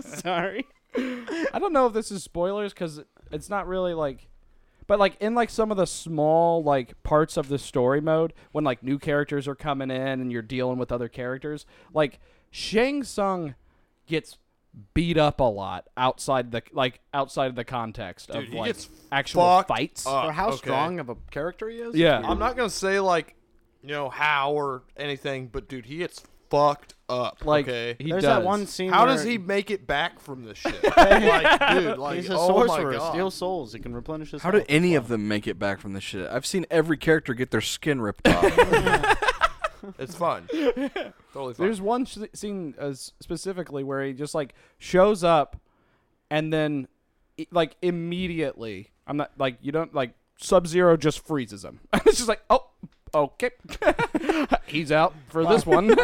Sorry.
I don't know if this is spoilers because it's not really like, but like in like some of the small like parts of the story mode when like new characters are coming in and you're dealing with other characters, like Shang Tsung gets beat up a lot outside the like outside of the context
Dude,
of
he
like
gets
actual
fucked
fights.
up.
Or how
Okay.
strong of a character he is?
Yeah.
I'm not gonna say like, you know how or anything, but dude, he gets fucked up.
Like
okay,
he
There's
does.
that one scene.
how
where
does he make it back from this shit? like, dude, like,
He's a
oh
sorcerer.
my god,
Steal souls. He can replenish his.
How do
health.
any of them make it back from this shit? I've seen every character get their skin ripped off.
it's fun, totally fun.
There's one sh- scene uh, s- specifically where he just like shows up, and then i- like immediately, I'm not like you don't like Sub Zero just freezes him. it's just like oh okay, he's out for this one.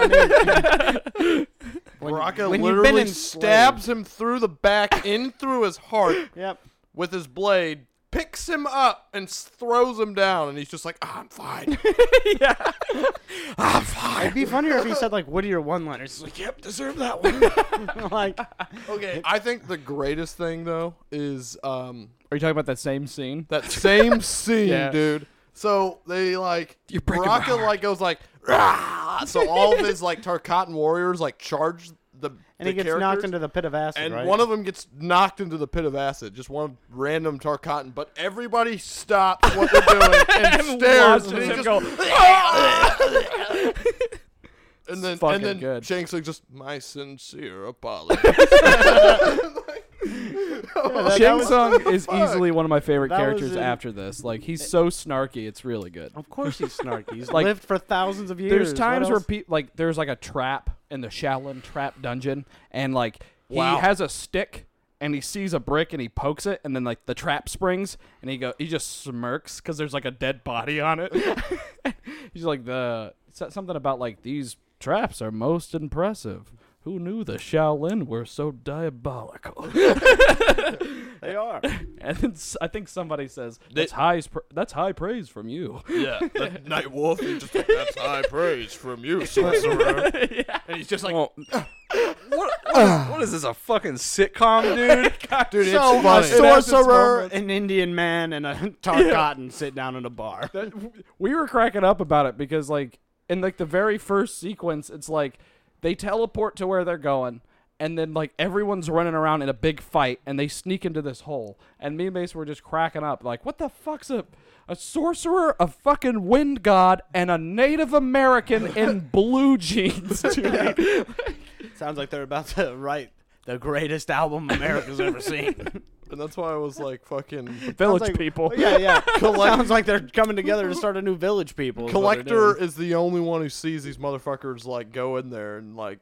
Baraka
when you've been
literally
enslaved.
stabs him through the back, in through his heart
Yep.
with his blade, picks him up and s- throws him down, and he's just like, "Ah, I'm fine. Ah,
It'd be funnier if he said like Woody or one liners. Like,
yep, deserve that one.
like
okay, I think the greatest thing though is um
Are you talking about that same scene?
That same scene,
Yeah.
dude. So they like
You're breaking my
Baraka like goes like Rah! so all of his like Tarkatan warriors like charge the
and he gets knocked into the pit of acid.
and
right?
one of them gets knocked into the pit of acid. Just one random Tarkatan, but everybody stops what they're doing and, stares.
watches
And, he
him
just,
go,
and then
fucking
and then
good.
Shang Tsung just my sincere apology.
that
Shang
was-
Tsung is easily one of my favorite
That was
characters
in-
after this. Like he's so snarky, it's really good.
Of course he's snarky. He's
Like-
lived for thousands of years.
There's
What
times where
else?
people like there's like a trap in the Shaolin trap dungeon, and like he
Wow.
has a stick and he sees a brick and he pokes it, and then like the trap springs and he go he just smirks because there's like a dead body on it. He's like the it's something about like these traps are most impressive. Who knew the Shaolin were so diabolical?
they are.
and then s- I think somebody says
They-
that's high pr- that's high praise from you.
Yeah, the Night Wolf. He's just like, that's high praise from you, sorcerer. And he's just like,
Well, what, what, is, what is this, a fucking sitcom, dude?
dude,
So
it's funny.
a sorcerer, an Indian man, and a Tar Cotton sit down in a bar.
we were cracking up about it because like in like the very first sequence it's like they teleport to where they're going and then like everyone's running around in a big fight, and they sneak into this hole. And me and Mason were just cracking up, like, what the fuck's a a sorcerer, a fucking wind god, and a Native American in blue jeans, dude.
Sounds like they're about to write the greatest album America's ever seen.
And that's why I was like fucking
Village
like-
people.
yeah, yeah. Sounds like they're coming together to start a new village people. is what they're
collector
doing.
is the only one who sees these motherfuckers like go in there and like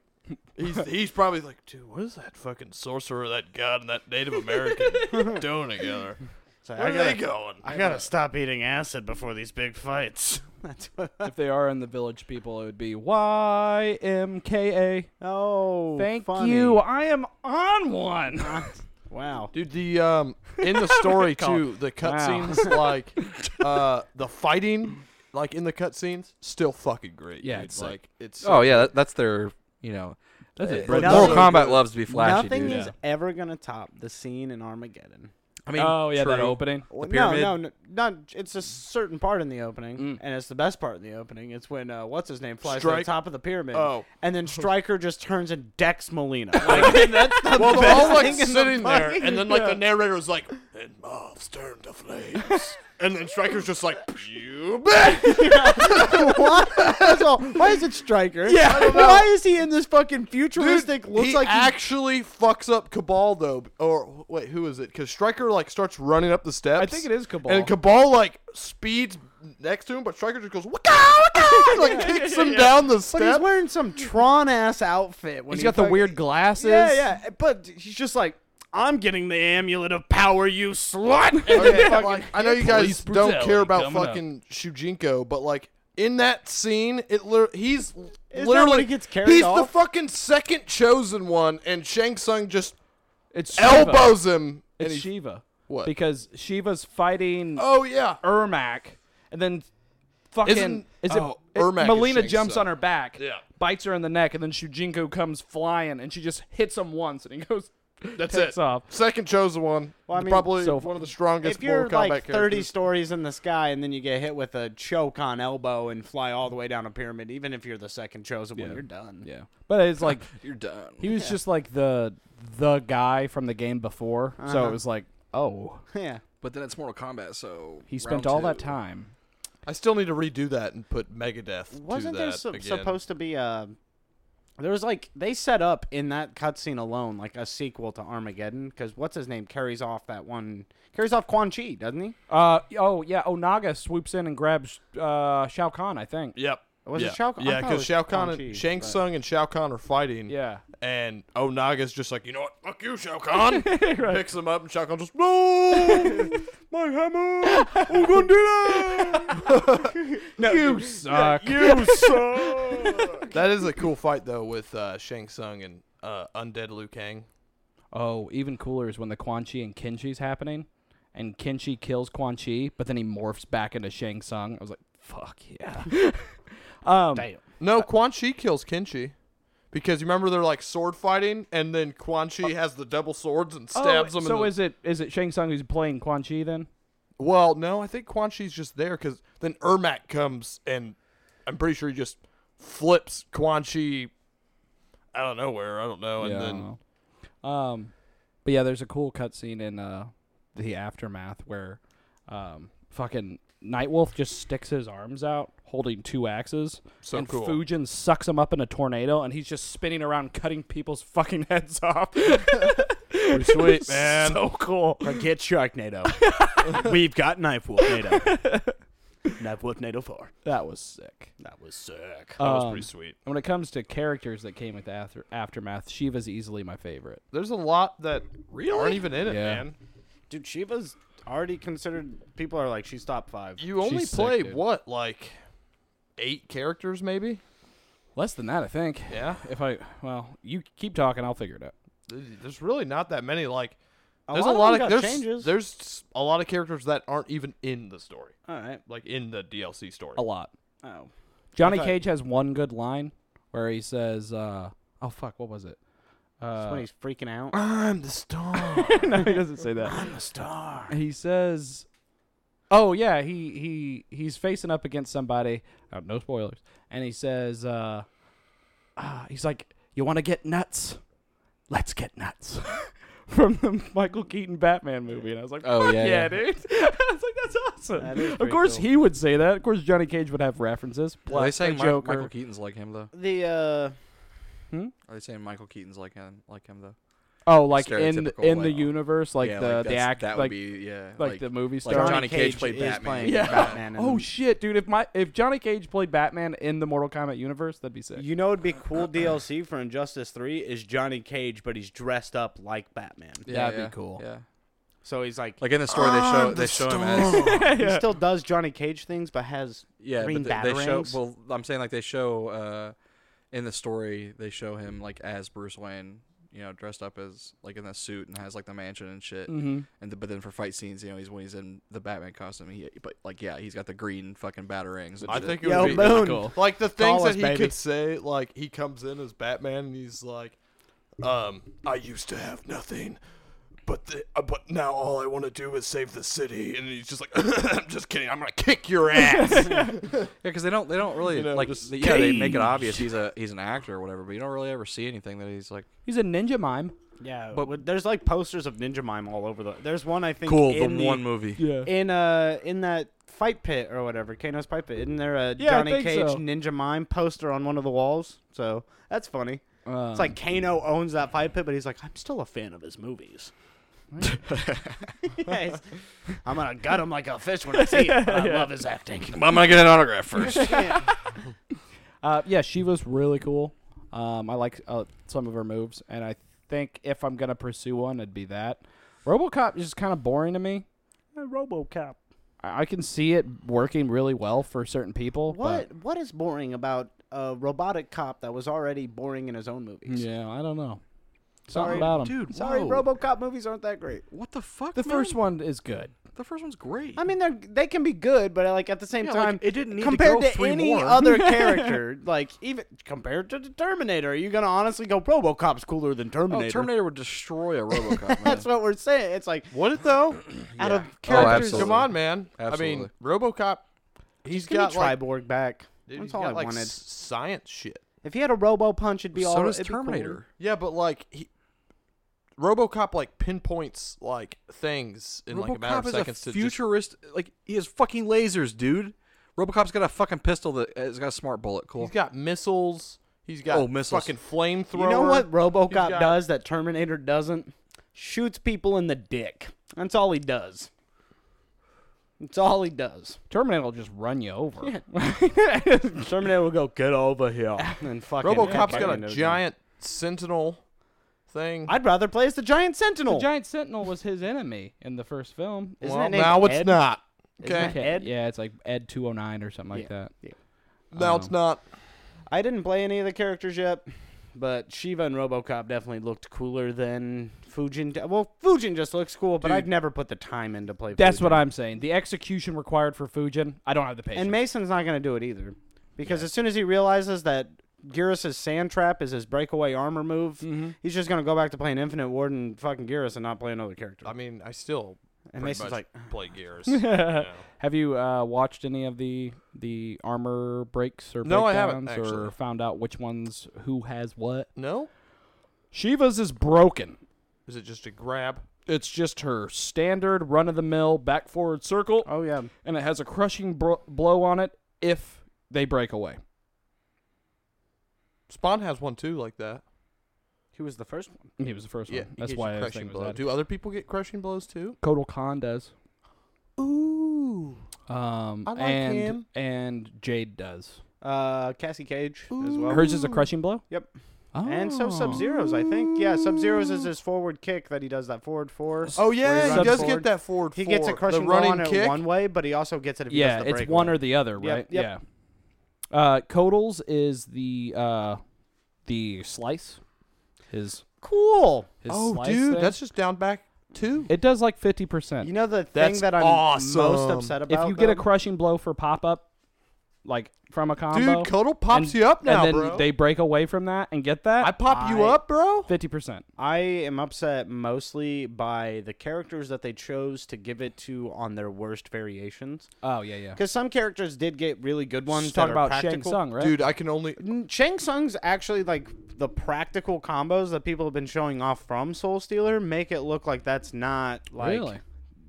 he's he's probably like, dude, what is that fucking sorcerer, that god, and that Native American doing together?
It's like,
Where
I
are they
gotta,
going?
I gotta stop eating acid before these big fights. That's what.
if they are in the village people, it would be Y M K A.
Oh,
Thank
funny.
you. I am on one.
Wow.
Dude, the um in the story too, the cutscenes like uh the fighting like in the cutscenes still fucking great.
Yeah,
dude.
it's sick.
like it's so
Oh yeah, that, that's their you know.
That's it.
But
Nothing-
Mortal Kombat loves to be flashy,
Nothing
dude.
is ever gonna top the scene in Armageddon.
I mean,
oh yeah, that
true.
opening.
Well,
pyramid?
No, no, no, not. It's a certain part in the opening, and it's the best part in the opening. It's when uh, what's his name flies to the
Strike-
top of the pyramid,
Oh.
and then Stryker just turns and decks Molina. Like, that's the
well, they're
best
all like
thing in the
sitting there,
fucking-
and then like the narrator was like, "And moths turn to flames," and then Stryker's just like, "You bet."
Why? First of all, why is it Stryker?
Yeah, I don't know.
Why is he in this fucking futuristic? looks
he
like he's-
actually fucks up Cabal though, or wait, who is it? Because Stryker like starts running up the steps.
I think it is Cabal.
And Cabal like speeds next to him, but Stryker just goes waka waka, and, like kicks him down the
but he's
step.
wearing some Tron ass outfit. When
He's
he
got the
fucking-
weird glasses.
Yeah, yeah. But he's just like, I'm getting the amulet of power, you slut.
Okay, like, I know you guys
Police
don't
brutality
care about
coming up.
fucking Shujinko, but like in that scene, it lit- he's
when
literally
he gets carried
he's
off?
the fucking second chosen one, and Shang Tsung just
It's Shiva.
elbows him. and
It's
he-
Shiva.
What?
Because Shiva's fighting
Oh yeah,
Ermac, and then fucking
Isn't-
is it,
oh,
it-
Ermac is
Melina
Shang
jumps
Tsung.
on her back,
Yeah.
bites her in the neck, and then Shujinko comes flying, and she just hits him once, and he goes.
that's
takes
it.
off.
Second chosen one,
Well, I mean,
probably
so-
one of the strongest
if you're
Mortal Kombat
like 30
characters.
stories in the sky and then you get hit with a choke on elbow and fly all the way down a pyramid, even if you're the second chosen one, you're done.
Yeah, but it's like
You're done.
he was just like the the guy from the game before, so
Uh-huh.
it was like, oh,
Yeah.
But then it's Mortal Kombat, so
he
round
spent all that
two.
time.
I still need to redo that and put Megadeth.
Wasn't
to
there
that
some,
again.
supposed to be a? There was like they set up in that cutscene alone like a sequel to Armageddon because what's his name carries off that one carries off Quan Chi doesn't he?
Uh oh yeah, Onaga swoops in and grabs uh Shao Kahn, I think.
Yep.
Was it
yeah.
Shao Kahn? I
Yeah,
thought it
because
was
Shao
Quan
Kahn,
Chi,
and Shang
but-
Tsung and Shao Kahn are fighting.
Yeah.
And Onaga's just like, you know what? Fuck you, Shao Kahn. Picks him up, and Shao Kahn just, no, my hammer, I'm gonna do that.
you suck.
you suck. that is a cool fight though with uh, Shang Tsung and uh, Undead Liu Kang.
Oh, even cooler is when the Quan Chi and Kenshi's happening, and Kenshi kills Quan Chi, but then he morphs back into Shang Tsung. I was like, fuck yeah. um,
Damn.
No, Quan Chi kills Kenshi. Because you remember they're like sword fighting, and then Quan Chi has the double swords and
oh,
stabs them.
So
in the,
is it is it Shang Tsung who's playing Quan Chi then?
Well, no, I think Quan Chi's just there because then Ermac comes and I'm pretty sure he just flips Quan Chi out of nowhere. I don't know. And
I
then
don't know. um, but yeah, there's a cool cutscene in uh the aftermath where um fucking Nightwolf just sticks his arms out holding two axes,
So
and
cool.
Fujin sucks him up in a tornado, and he's just spinning around cutting people's fucking heads off.
sweet man.
so cool.
Forget Sharknado. We've got Knife Wolf NATO. Knife Wolf NATO 4.
That was sick.
That was sick.
that was
Um,
pretty sweet.
When it comes to characters that came with the after- aftermath, Shiva's easily my favorite.
There's a lot that aren't even in it,
Yeah.
man.
Dude, Shiva's already considered. People are like, she's top five.
You only
She's sick,
play
dude.
what, like eight characters, maybe?
Less than that, I think.
Yeah.
If I well, you keep talking, I'll figure it out.
There's really not that many. Like, there's
lot
a lot
them
of
got
there's
changes.
there's a lot of characters that aren't even in the story,
All right.
like in the DLC story.
A lot.
Oh.
Johnny
Okay.
Cage has one good line where he says, uh, "Oh fuck, what was it?"
That's when
Uh,
he's freaking out.
I'm the star.
no, he doesn't say that.
I'm a star.
He says, "Oh yeah, he he he's facing up against somebody. Uh, no spoilers." And he says, uh, uh, "He's like, you want to get nuts? "Let's get nuts." From the Michael Keaton Batman movie, and I was like,
Oh,
"Fuck
yeah,
yeah,
yeah.
dude!" I was like, "That's awesome."
That is
of
pretty
course,
cool.
he would say that. Of course, Johnny Cage would have references.
Are they
Plus,
saying Mi-
Joker.
Michael Keaton's like him though?
The uh,
Are they saying Michael Keaton's like him like him though?
oh, like in
Stereotypical,
in
like,
the universe, like
Yeah,
the the
that's-
act,
that
like
would be yeah,
like, the movie
like
star.
Johnny
Johnny,
Cage
Cage,
played
is
Batman.
playing
Yeah.
Batman. in
Oh
the-
shit, dude! If my if Johnny Cage played Batman in the Mortal Kombat universe, that'd be sick.
You know, it'd be cool DLC for Injustice Three is Johnny Cage, but he's dressed up like Batman.
Yeah,
That'd be
yeah,
cool.
Yeah,
So he's like,
like in Ah, the story they show they show him as
he still does Johnny Cage things, but has
yeah,
green
but they, they show
batarangs.
well I'm saying like they show uh in the story they show him like as Bruce Wayne. You know, dressed up as like in that suit and has like the mansion and shit,
Mm-hmm.
hmm
and the, but then for fight scenes, you know, he's when he's in the Batman costume, he but like yeah, he's got the green fucking batarangs. And
I
shit.
think it
Yo,
would be
Boone.
like the things
Call
that
us,
he
baby.
could say. Like he comes in as Batman and he's like, um, "I used to have nothing." But the, uh, but now all I want to do is save the city, and he's just like, "I'm just kidding. I'm gonna kick your ass."
Yeah, because they don't they don't really
You know,
like
just
they- yeah they make it obvious he's a he's an actor or whatever, but you don't really ever see anything that he's like
He's a ninja mime.
yeah.
But-
But there's like posters of Ninja Mime all over the. There's one I think
cool. The
in
one movie,
Yeah.
in uh in that fight pit or whatever Kano's fight pit. Isn't there a
Yeah, I
Johnny
think
Cage
so.
Ninja Mime poster on one of the walls? So that's funny.
Uh,
It's like
Um,
Kano owns that fight pit, but he's like, I'm still a fan of his movies. Yeah, he's- I'm gonna gut him like a fish when I see it. But I love his acting.
I'm gonna get an autograph first.
Uh, yeah, she was really cool. Um, I like uh, some of her moves, and I think if I'm gonna pursue one, it'd be that. RoboCop is just kind of boring to me.
RoboCop.
I-, I can see it working really well for certain people.
What what is boring about a robotic cop that was already boring in his own
But,
movies?
yeah, I don't know.
Sorry,
Something about him.
dude.
Sorry,
whoa.
RoboCop movies aren't that great.
What the fuck?
The
man?
first one is good.
The first one's great.
I mean, they are they can be good, but like at the same
Yeah, like,
time,
it didn't need to
compared
go
to,
three
any
more.
other character. Like even compared to the Terminator, are you gonna honestly go RoboCop's cooler than Terminator?
oh, Terminator would destroy a RoboCop.
That's
man.
what we're saying. It's like
Would it though?
out of
Oh,
Characters,
absolutely.
come on, man. I
Absolutely.
mean, RoboCop.
he's
He's
got
got like,
Triborg back.
dude,
That's
he's
all
got,
I
like,
wanted.
s- science shit.
If he had a Robo Punch, it'd be all.
so does
it'd be cool.
Terminator.
Yeah, but like he, RoboCop like pinpoints like things in like a matter
RoboCop
of
is
seconds
a
to just,
futurist. Like he has fucking lasers, dude. RoboCop's got a fucking pistol that has got a smart bullet. Cool.
He's got missiles. He's got
Oh, missiles.
fucking flamethrower.
You know what RoboCop
He's got-
does that Terminator doesn't? Shoots people in the dick. That's all he does. That's all he does.
Terminator will just run you over.
Terminator will go get over here and fucking.
RoboCop's
Yeah,
got a giant sentinel thing.
I'd rather play as the Giant Sentinel.
The Giant Sentinel was his enemy in the first film.
Isn't
well,
that named
now
Ed?
it's not.
Isn't
Okay,
that- Ed?
Yeah, it's like Ed 209 or something like that.
now it's not.
I didn't play any of the characters yet, but Shiva and RoboCop definitely looked cooler than Fujin. d- Well, Fujin just looks cool, but I've never put the time in to play.
That's
Fujin.
what I'm saying. The execution required for Fujin, I don't have the patience.
And Mason's not going to do it either, because as soon as he realizes that Gearus' sand trap is his breakaway armor move,
Mm-hmm.
he's just going to go back to playing Infinite Ward and fucking Gearus and not play another character.
I mean, I still
and
pretty
Mason's
much
like,
play Gears. you know.
Have you uh, watched any of the the armor breaks or
No, I haven't,
breakdowns or
actually.
found out which ones who has what?
No,
Shiva's is broken.
is it just a grab?
It's just her standard run of the mill back forward circle,
oh yeah,
and it has a crushing bro- blow on it if they break away.
Spawn has one too, like that.
he was the first one.
He was the first
Yeah,
one.
he
That's
gets
why
you
I was
crushing
thinking it
blow.
was that.
Do other people get crushing blows too?
Kotal Khan does.
Ooh,
Um,
I like
and,
him.
And Jade does.
Uh, Cassie Cage as well.
Hers is a crushing blow.
Yep.
Oh.
And so Sub Zero's, I think. Yeah, Sub Zero's is his forward kick that he does that forward four.
Oh yeah, he
runs
does
forward.
get that forward.
he gets a
four.
crushing
the
blow
running
on it
kick.
one way, but he also gets it if he
yeah,
does the
it's one or the other,
Yep,
right?
yep.
Yeah. Uh, Codals is the uh, the slice. His
cool.
his
Oh,
slice
dude,
thing.
that's just down back two.
it does like fifty percent.
You know the thing
That's
that I'm most
awesome.
upset about.
if you get a
though?
crushing blow for pop up, like from a combo,
Dude, Cuddle pops
and,
you up now,
and then
bro.
they break away from that and get that.
I pop you
I-
up, bro.
fifty percent.
I am upset mostly by the characters that they chose to give it to on their worst variations.
Oh yeah, yeah.
Because some characters did get really good ones.
Talk
that
about
are
Shang
practical.
Tsung, right?
Dude, I can only
N- Shang Tsung's actually like the practical combos that people have been showing off from Soul Stealer make it look like that's not like
Really?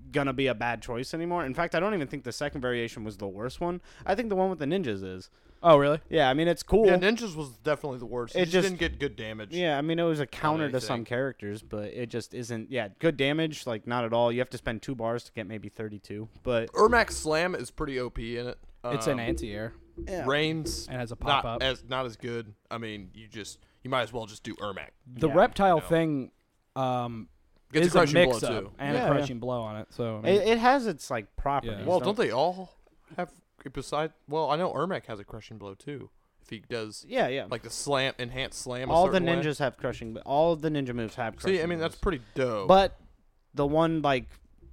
gonna be a bad choice anymore. In fact, I don't even think the second variation was the worst one. I think the one with the ninjas is.
Oh, really?
Yeah, I mean it's cool.
Yeah, ninjas was definitely the worst.
It
It just
just-
didn't get good damage.
Yeah, I mean it was a counter to
anything.
some characters, but it just isn't. Yeah, good damage, like not at all. You have to spend two bars to get maybe thirty-two, but
Ermac Slam is pretty OP in it.
It's
Um,
an anti-air.
Rains
And has a
not
pop-up.
as not as good. I mean, you just you might as well just do Ermac.
The
Yeah.
reptile thing um, is
Gets a
a,
crushing blow,
mix up
too.
and
Yeah,
a
yeah.
crushing blow on it. So I mean,
it, it has its like properties.
Yeah.
Well, don't they all have beside? Well, I know Ermac has a crushing blow too. If he does
Yeah, yeah.
like the slam, enhanced slam. a
all the
certain way.
ninjas have crushing, but all the ninja moves have crushing.
See, I mean that's
moves.
pretty dope.
But the one like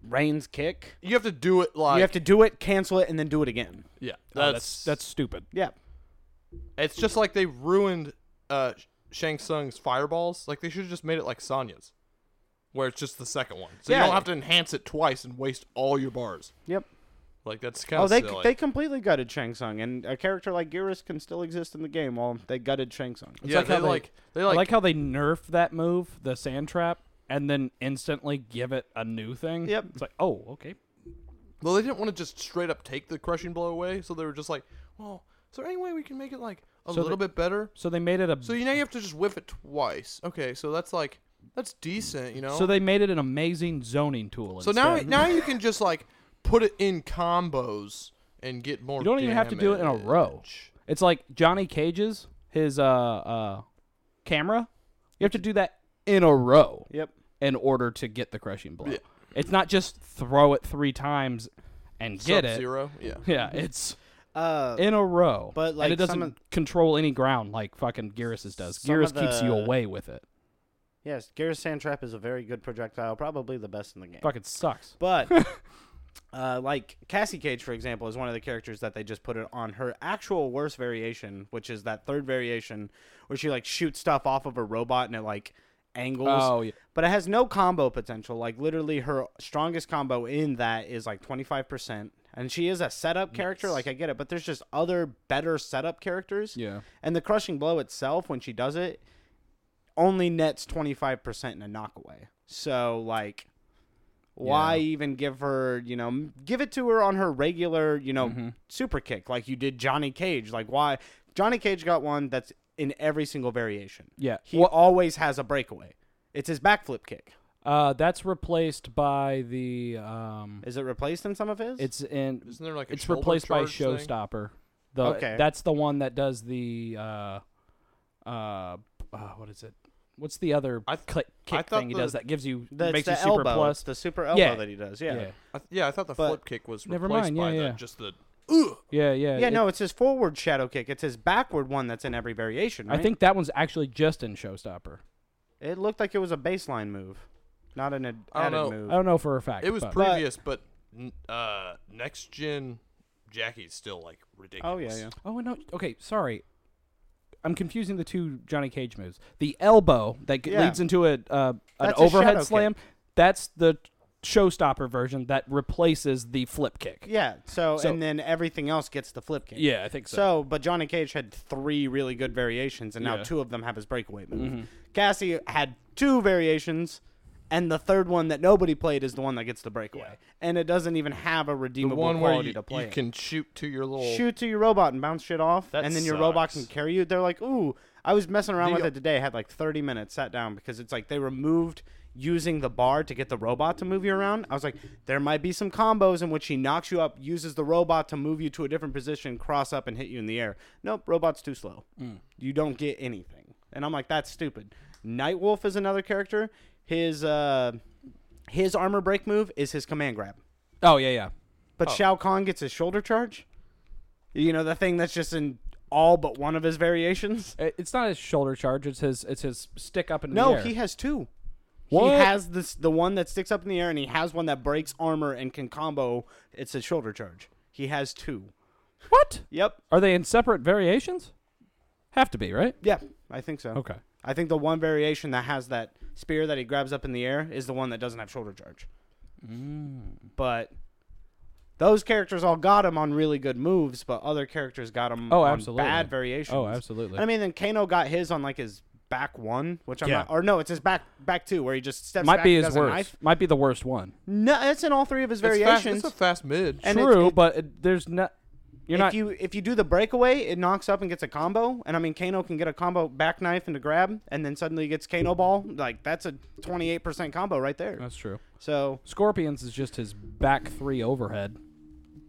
Rain's kick,
you have to do it like
you have to do it, cancel it, and then do it again.
Yeah,
oh,
that's,
that's that's stupid.
Yeah,
It's just like they ruined uh Shang Tsung's fireballs. Like they should have just made it like Sonya's, where it's just the second one, so
Yeah.
you don't have to enhance it twice and waste all your bars.
yep.
Like that's kind
Oh,
of
they
silly.
they completely gutted Shang Tsung, and a character like Gearus can still exist in the game. While they gutted Shang Tsung.
yeah,
like
they,
how they-
like they
I
like,
like how they nerf that move, the sand trap, and then instantly give it a new thing.
Yep.
It's like, oh, okay.
well they didn't want to just straight up take the crushing blow away, so they were just like, well, is there any way we can make it like a
So
little
they-
bit better?
So they made it a.
So you now you have to just whiff it twice. Okay, so that's like that's decent, you know.
so they made it an amazing zoning tool.
So now
instead.
now you can just like put it in combos and get more.
you don't even have to do it in a row. It's like Johnny Cage's his uh uh camera. You have to do that in a row
Yep.
in order to get the crushing blow.
Yeah.
It's not just throw it three times and get it.
Zero. Yeah.
Yeah, it's
Uh,
in a row.
But, like,
and it doesn't
some of-
control any ground like fucking Gearus's does.
Some
Gearus
of
keeps you
the-
away with it.
yes, Gearus Sandtrap is a very good projectile, probably the best in the game.
Fucking sucks.
But uh, like Cassie Cage, for example, is one of the characters that they just put it on her actual worst variation, which is that third variation where she like shoots stuff off of a robot and it like angles.
Oh, yeah.
But it has no combo potential. Like literally, her strongest combo in that is like twenty five percent. And she is a setup character, like I get it, but there's just other better setup characters.
Yeah.
And the crushing blow itself, when she does it, only nets 25% in a knockaway. So, like, why
Yeah.
even give her, you know, m- give it to her on her regular, you know,
Mm-hmm.
super kick like you did Johnny Cage? Like, why? Johnny Cage got one that's in every single variation.
Yeah.
He always has a breakaway. It's his backflip kick.
Uh, that's replaced by the um.
Is it replaced in some of his?
It's in.
Isn't there like a
It's
shoulder
replaced by
charge thing?
Showstopper. The
Okay.
that's the one that does the uh, uh, uh what is it? What's the other
I th-
cli-
I
kick
thought
thing he does
the-
that gives you
That's
makes
the
you super
elbow. It's
plus?
the super elbow
Yeah.
that he does.
yeah,
yeah.
I th- yeah, I thought the
But-
flip kick was
Never
replaced
mind,
by
yeah,
the,
yeah.
just the. Ugh.
yeah, yeah.
Yeah,
It-
no, it's his forward shadow kick. It's his backward one that's in every variation.
I
right?
think that one's actually just in Showstopper.
It looked like it was a baseline move, not an ad-
I
added
don't know.
I
move.
don't know for a fact.
It was
but-
previous, but, n uh, next gen Jackie's still like ridiculous.
Oh yeah, yeah.
Oh no. Okay, sorry. I'm confusing the two Johnny Cage moves. The elbow that g
Yeah.
leads into a uh, an
That's a shadow
overhead
kick.
slam. That's the showstopper version that replaces the flip kick.
Yeah. So,
So-
and then everything else gets the flip kick.
Yeah, I think so.
So, but Johnny Cage had three really good variations, and now
Yeah.
two of them have his breakaway move. Cassie had two variations, and the third one that nobody played is the one that gets the breakaway, and it doesn't even have a
The
redeemable
one where
quality
you,
to play.
you
it.
can shoot to your little.
shoot to your robot and bounce shit off,
That
and then your robot can
sucks.
carry you. They're like, ooh, I was messing around
The-
with it today. had like 30 minutes, sat down because it's like they removed using the bar to get the robot to move you around. I was like, there might be some combos in which he knocks you up, uses the robot to move you to a different position, cross up, and hit you in the air. Nope, robot's too slow.
Mm.
You don't get anything. And I'm like, that's stupid. Nightwolf is another character. His uh, his armor break move is his command grab.
Oh yeah, yeah.
But Shao Kahn gets his shoulder charge. You know the thing that's just in all but one of his variations.
I- It's not his shoulder charge. It's his. It's his stick up in the
No,
air.
he has two. He
What?
has this the one that sticks up in the air, and he has one that breaks armor and can combo. It's his shoulder charge. He has two.
what?
Yep.
Are they in separate variations? Have to be, right?
Yeah, I think so.
Okay.
I think the one variation that has that spear that he grabs up in the air is the one that doesn't have shoulder charge.
Mm.
But those characters all got him on really good moves, but other characters got him
Oh,
on
absolutely.
bad variations.
Oh, absolutely.
I mean, then Kano got his on like his back one, which I'm
Yeah.
not, or no, it's his back back two where he just steps
Might
back
be
and
his
does a
worst.
knife.
Might be the worst one.
No, it's in all three of his
It's fast-
variations.
it's a fast mid.
And it-
True,
it-
but it, there's not. You're
if
not.
you if you do the breakaway, it knocks up and gets a combo, and I mean Kano can get a combo back knife and a grab, and then suddenly gets Kano ball. Like that's a 28% combo right there.
that's true.
So
Scorpions is just his back three overhead.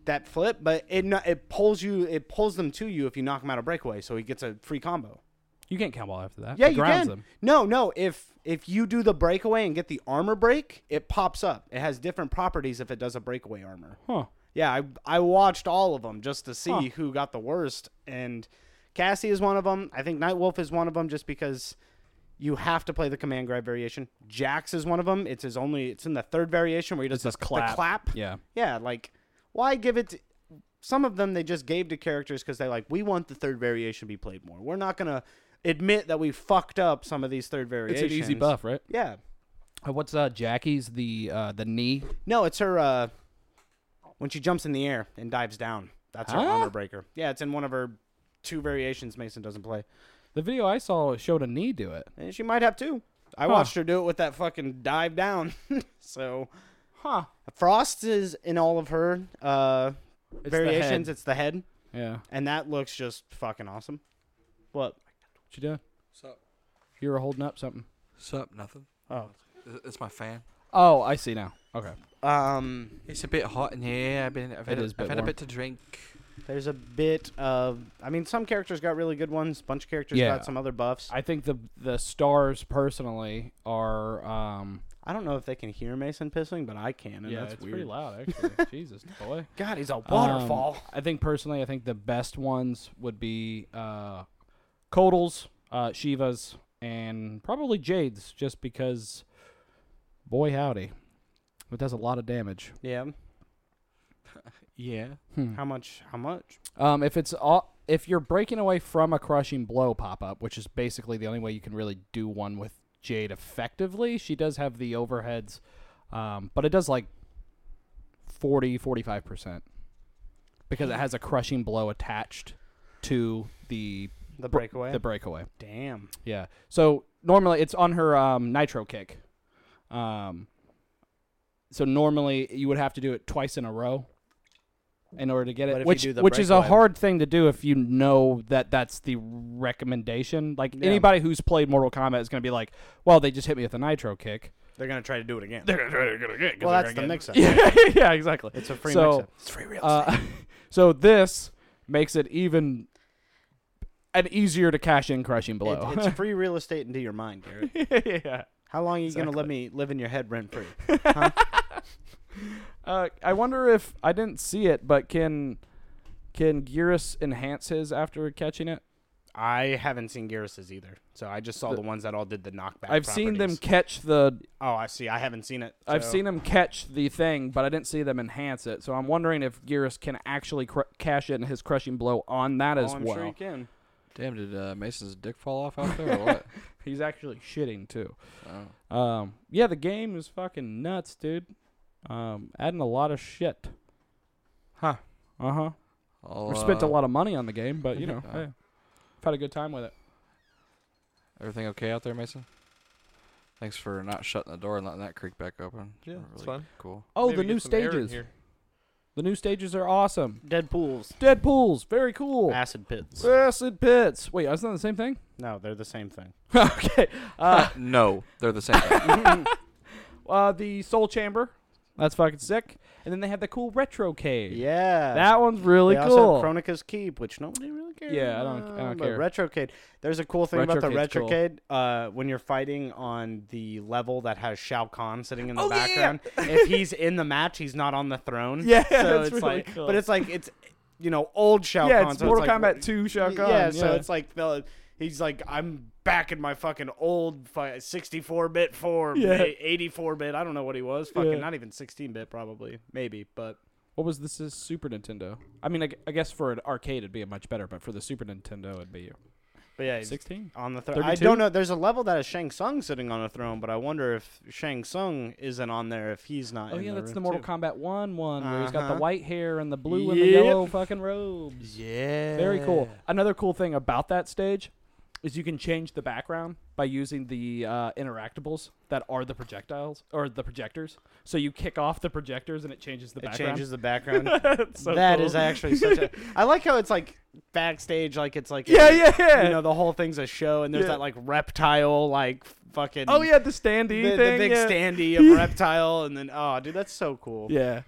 that flip, but it no- it pulls you, it pulls them to you if you knock him out of breakaway, so he gets a free combo.
You can't count ball after that.
Yeah,
It
you
grounds
can.
him.
No, no. If if you do the breakaway and get the armor break, it pops up. It has different properties if it does a breakaway armor.
Huh.
Yeah, I I watched all of them just to see who got the worst, and Cassie is one of them. I think Nightwolf is one of them just because you have to play the command grab variation. Jax is one of them. It's his only. It's in the third variation where he does
It's his
the, the
clap.
clap.
Yeah.
Yeah, like why give it? To, some of them they just gave to characters because they like we want the third variation to be played more. We're not gonna admit that we fucked up some of these third
It's
variations.
an easy buff, right?
Yeah.
Uh, what's uh, Jackie's the uh, the knee?
No, it's her uh, when she jumps in the air and dives down. That's her
Huh?
armor breaker. Yeah, it's in one of her two variations. Mason doesn't play,
The video I saw showed a knee do it.
and she might have two. I watched her do it with that fucking dive down. so,
Huh.
Frost is in all of her uh, variations. it's the head,
Yeah.
and that looks just fucking awesome. What?
What you doing?
Sup?
You were holding up something.
Sup, nothing.
Oh.
It- It's my fan.
Oh, I see now. Okay.
Um,
It's a bit hot in here. I've been. I've
It
had, a-
is a bit
I've had a
warm.
bit to drink.
there's a bit of. I mean, some characters got really good ones. Bunch of characters
Yeah.
got some other buffs. I,
I think the the stars personally are um
don't know if they can hear Mason pissing, but I can, and that's
it's
weird.
pretty loud actually. Jesus boy.
God, he's a
Um, I think personally, I think the best ones would be uh, Kodals, uh, Shiva's, and probably Jade's, just because, boy howdy, it does a lot of damage.
yeah.
Yeah.
Hmm.
How much? How much?
Um, if it's all, if you're breaking away from a crushing blow pop up, which is basically the only way you can really do one with Jade effectively, she does have the overheads, um, but it does like 40, 45 percent because it has a crushing blow attached to the
The
br-
breakaway.
The breakaway,
Damn.
yeah. So normally it's on her um, nitro kick. Um, so normally you would have to do it twice in a row in order to get
But if
it,
you
which
do the
which is a
breakaway-
hard thing to do if you know that that's the recommendation. Like
Yeah.
anybody who's played Mortal Kombat is going to be like, "Well, they just hit me with a nitro kick."
They're gonna try to do it again.
They're going to try to get it.
well, that's the mix-up.
yeah, yeah, exactly.
It's a free
So-
mix-up. It's free real
Uh, so this makes it even an easier to cash in crushing blow.
it's free real estate into your mind, Garrett.
yeah.
How long are you gonna let me live in your head rent free?
Uh, I wonder if I didn't see it, but can can Gearus enhance his after catching it?
I haven't seen Garrus's either, so I just saw the, ones that all did the knockback.
I've seen them
properties.
catch the
Oh, I see. I haven't seen it.
I've
so-
seen them catch the thing, but I didn't see them enhance it. So I'm wondering if Gearus can actually cr- cash in his crushing blow on that
Oh,
as
I'm
well.
sure you can.
Damn, did uh, Mason's dick fall off out there or what?
He's actually shitting too.
Oh.
Um, yeah, the game is fucking nuts, dude. Um, adding a lot of shit.
Huh.
Uh huh.
I'll,
We spent a
uh,
lot of money on the game, but you know,
Uh,
hey, I've had a good time with it.
Everything okay out there, Mason? Thanks for not shutting the door and letting that creek back open.
Yeah,
Really
it's fine.
Cool.
Oh,
Maybe
the new
get some air in
stages.
here.
The new stages are awesome.
Deadpool's
Deadpool's very cool.
acid pits.
Acid pits. Wait, isn't that the same thing?
No, they're the same thing.
okay. Uh,
No, they're the same. thing.
uh, the Soul Chamber. That's fucking sick. And then they have the cool retro cave.
Yeah.
That one's really
they
cool.
Also have Chronica's Keep, which nobody really cares.
Yeah, I don't- I
about,
don't
but
care.
Retrocade. There's a cool thing about the
Retrocade's cool.
Retrocade. Uh, when you're fighting on the level that has Shao Kahn sitting
Oh,
in the background, if he's in the match, he's not on the throne.
Yeah,
so
that's
it's
really
like,
cool.
but it's like it's, you know, old Shao
yeah,
Kahn.
it's
so
Mortal
like,
Kombat 2 Shao Kahn.
yeah, so it's like the he's like I'm back in my fucking old 64 bit form,
Yeah.
84 bit. I don't know what he was. Fucking
Yeah.
not even 16 bit probably, maybe, but.
What was this? Is Super Nintendo? I mean, I, gu- I guess for an arcade it'd be much better, but for the Super Nintendo it'd be
But yeah, he's-
16.
on the throne. I
32?
don't know. There's a level that is Shang Tsung sitting on a throne, but I wonder if Shang Tsung isn't on there if he's not.
Oh
in
yeah,
the
that's
room
the Mortal
too.
Kombat One one where he's got the
Uh-huh.
white hair and the blue and the
Yep.
yellow fucking robes.
Yeah,
Very cool. Another cool thing about that stage is you can change the background by by using the uh, interactables that are the projectiles or the projectors. So you kick off the projectors and it changes the
It
background.
changes the background. That is actually such a. I like how it's like backstage, like it's like a-
Yeah, yeah, yeah.
You know, the whole thing's a show, and there's
Yeah.
that like reptile, like fucking.
oh yeah, the
the,
standee
the
thing.
big
yeah.
standee of reptile, and then oh, dude, that's so cool.
Yeah.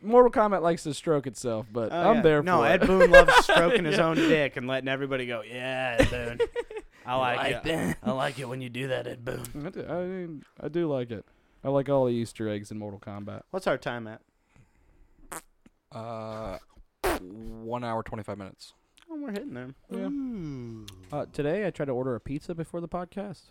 Mortal Kombat likes to stroke itself, but
Oh,
I'm
yeah.
there
No,
for
Ed
it.
Boon loves stroking his own dick and letting everybody go, yeah, Ed Boon. I like it. I like it when you do that, Ed Boon.
I do, I, mean, I do like it. I like all the Easter eggs in Mortal Kombat.
What's our time at?
Uh, one hour twenty five minutes.
Oh, we're hitting there.
Yeah. Uh, today I tried to order a pizza before the podcast.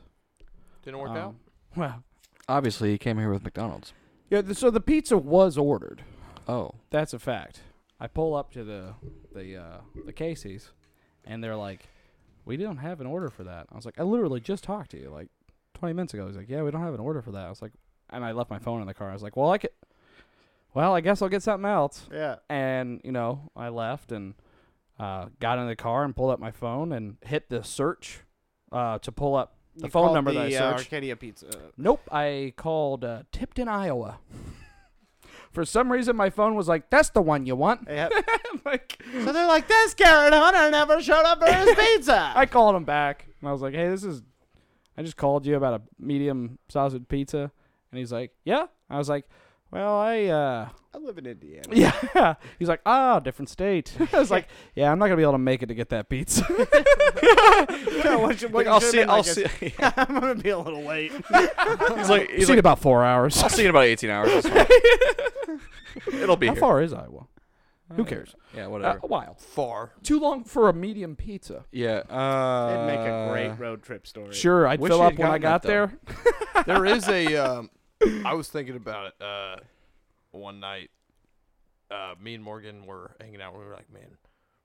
Didn't work
Um,
out.
Wow.
Obviously, he came here with McDonald's.
Yeah. th- so the pizza was ordered.
Oh,
That's a fact. I pull up to the the uh, the Casey's, and they're like, "We don't have an order for that." I was like, "I literally just talked to you like 20 minutes ago." He's like, "Yeah, we don't have an order for that." I was like, and I left my phone in the car. I was like, "Well, I could, well, I guess I'll get something else."
Yeah.
and you know i left and uh, got in the car and pulled up my phone and hit the search uh, to pull up the
You
phone
called
number
the,
that i
uh,
searched
Arcadia Pizza.
nope i called uh, tipton iowa for some reason my phone was like that's the one you want
Yep.
like
so they're like, this Garrett Hunter never showed up for his pizza.
i called him back and i was like hey this is i just called you about a medium sausage pizza and he's like yeah i was like well i uh
I live in Indiana.
Yeah. He's like, ah, different state. I was like, yeah, I'm not gonna be able to make it to get that pizza.
No, what you- what you
I'll
should've
see.
been
I'll
like
see.
is, I'm gonna be a little late.
he's like,
It's
he's
in
like,
about four hours.
I'll see you in about eighteen hours. It's fine. It'll be
How
here.
far is Iowa? Who cares?
Yeah,
Uh,
whatever.
a while.
Far.
Too long for a medium pizza.
yeah.
It'd
Uh,
make a great road trip story.
Sure, I'd
Wish
fill
you
up
had
when I
gotten
got
that,
there.
there is a. Um, I was thinking about it uh, one night. Uh, me and Morgan were hanging out. We were like, man,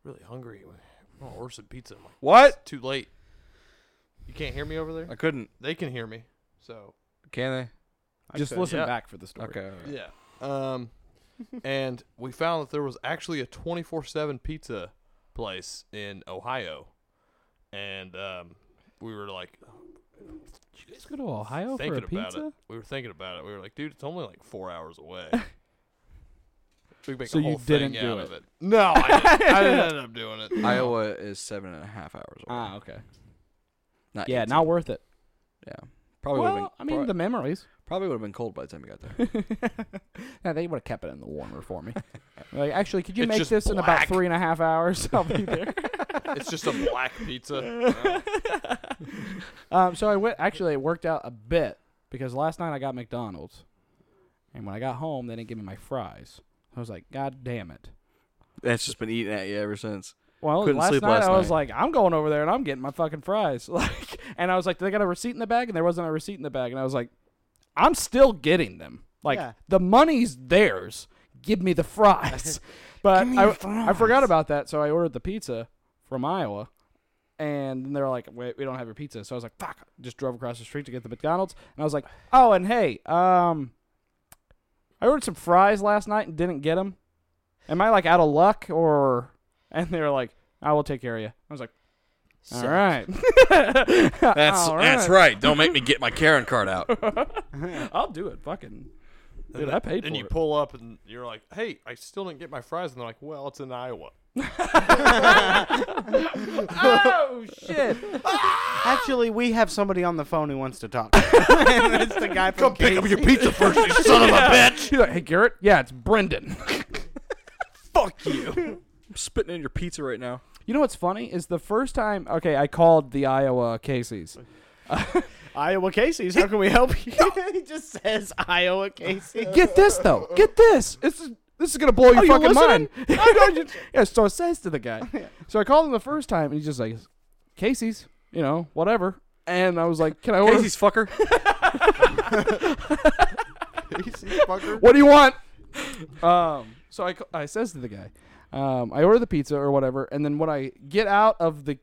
really hungry. We want to order some pizza. I'm like,
What?
too late. You can't hear me over there.
I couldn't.
They can hear me. So
Can
Just
could,
listen
yeah.
back for the
they?
story.
Okay. all right.
yeah. Um, and we found that there was actually a 24/7 pizza place in Ohio, and um, we were like
Did you guys go to Ohio for a
thinking about
pizza?
it. We were thinking about it. We were like, dude, it's only like four hours away. we could make
So
a
you
whole
didn't
thing
do
out
it.
of it. No, I didn't, I didn't end up doing it.
Iowa is seven and a half hours. Away.
Ah, okay.
Not
Yeah,
18.
not worth it.
Yeah. Probably
well,
would have
I
been.
mean, the memories.
probably would have been cold by the time you got there.
now they would have kept it in the warmer for me. like, actually, could you
It's
make
just
this in about
black.
three and a half hours? I'll be there.
It's just a black pizza.
Um, so I went. Actually, it worked out a bit because last night I got McDonald's, and when I got home, they didn't give me my fries. I was like, God damn it!
That's just been eating at you ever since.
Well,
Couldn't
last
sleep
night
last
I was
night.
like, I'm going over there and I'm getting my fucking fries. Like, and I was like, they got a receipt in the bag, and there wasn't a receipt in the bag, and I was like, I'm still getting them. Like,
Yeah.
the money's theirs. Give me the fries. but I, I forgot about that, so I ordered the pizza from Iowa. And then they're like, "Wait, we don't have your pizza." So I was like, "Fuck!" Just drove across the street to get the McDonald's, and I was like, "Oh, and hey, um, I ordered some fries last night and didn't get them. Am I like out of luck or?" And they were like, "I will take care of you." I was like, "All right,
That's
All
that's
right.
Ah, right. Don't make me get my Karen card out.
I'll do it." Fucking dude, I paid
Then
for
you
it.
pull up and you're like, hey, I still didn't get my fries. And they're like, well, it's in Iowa.
oh shit!
Actually, we have somebody on the phone who wants to talk. it's the guy from
Pick up
Casey.
your pizza first, you son of a bitch.
She's like, "Hey Garrett, yeah, it's Brendan."
Fuck you.
I'm spitting in your pizza right now.
You know what's funny is the first time. Okay, I called the Iowa Casey's.
Iowa Casey's. How can we help you? he just says Iowa Casey.
Get this though. Get this. This is this is gonna blow your
you
fucking mind.
listening?
yeah. So it says to the guy. So I called him the first time, and he's just like, "Casey's, you know, whatever." And I was like, "Can I order?"
Casey's fucker.
fucker.
What do you want? um. So I ca- I says to the guy, um, I order the pizza or whatever, and then when I get out of the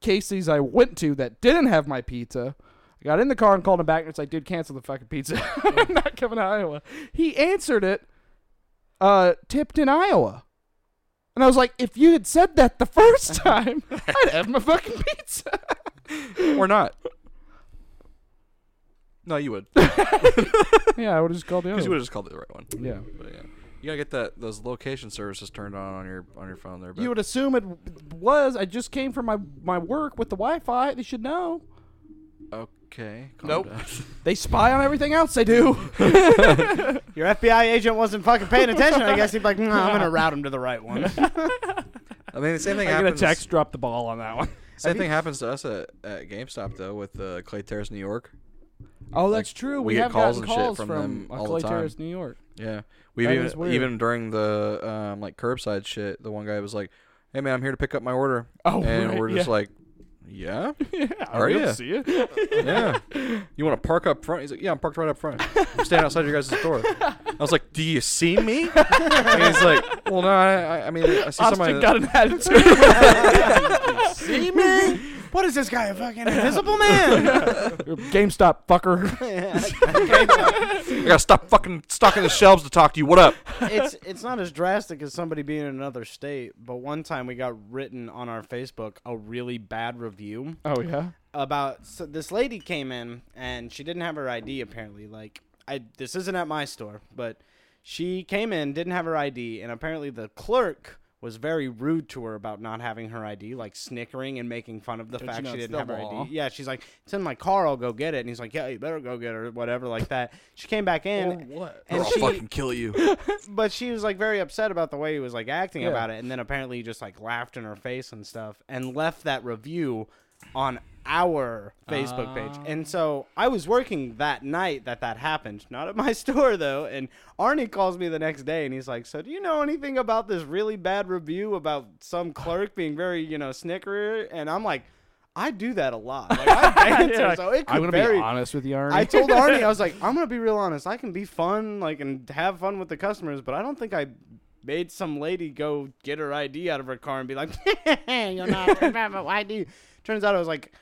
Casey's I went to that didn't have my pizza. I got in the car and called him back, and it's like, dude, cancel the fucking pizza. I'm not coming to Iowa. He answered it, uh, tipped in Iowa. And I was like, if you had said that the first time, I'd have my fucking pizza.
or not. No, you would.
yeah, I would have just called the
Because
other.
you would
one.
have just called it the right one.
Yeah.
But yeah. You gotta get that those location services turned on on your on your phone there. But
You would assume it was. I just came from my my work with the Wi-Fi. They should know.
okay. calm
Nope.
down.
They spy on everything else they do.
Your FBI agent wasn't fucking paying attention. I guess he'd be like, nah, I'm gonna route him to the right one.
I mean, the same thing
I'm gonna
happens.
text drop the ball on that one.
Same thing happens to us at, at GameStop though with uh, Clay Terrace, New York.
Oh, that's true.
we
We,
get
have
calls
gotten
and shit
calls
from
from,
them
uh,
all the
Clay
time.
Terrace, New York.
Yeah, we've
That is
even
weird.
even during the um, like curbside shit, the one guy was like, "Hey man, I'm here to pick up my order,"
Oh,
and
right,
we're just
yeah.
like, "Yeah,
Are
ya?
See you.
yeah." you want to park up front? He's like, "Yeah, I'm parked right up front. I'm standing outside your guys' door." I was like, "Do you see me?" and he's like, "Well, no, I, I- I mean, I see somebody."
Austin got an attitude.
See me? What is this guy? A fucking invisible man?
GameStop fucker.
I gotta stop fucking stocking the shelves to talk to you. What up?
it's it's not as drastic as somebody being in another state, but one time we got written on our Facebook a really bad review
Oh yeah.
about so this lady came in and she didn't have her ID apparently. Like I this isn't at my store, but she came in, didn't have her ID, and apparently the clerk was very rude to her about not having her ID, like snickering and making fun of the fact
know
she
it's
didn't
the
have her
law?
ID. Yeah, she's like, "It's in my car. I'll go get it." And he's like, "Yeah, you better go get her, whatever, like that." She came back in,
what?
and
I'll
she,
fucking kill you.
but she was like very upset about the way he was like acting about it and then apparently he just like laughed in her face and stuff and left that review on our facebook page
Ah.
and so i was working that night that that happened not at my store though and arnie calls me the next day and he's like so do you know anything about this really bad review about some clerk being very you know snickerer and i'm like i do that a lot like i banter so it could
I'm gonna
very
be honest with you, Arnie.
I told Arnie, I was like, I'm gonna be real honest. I can be fun, like, and have fun with the customers, but I don't think I made some lady go get her ID out of her car and be like, "You're not remember my ID." Turns out it was like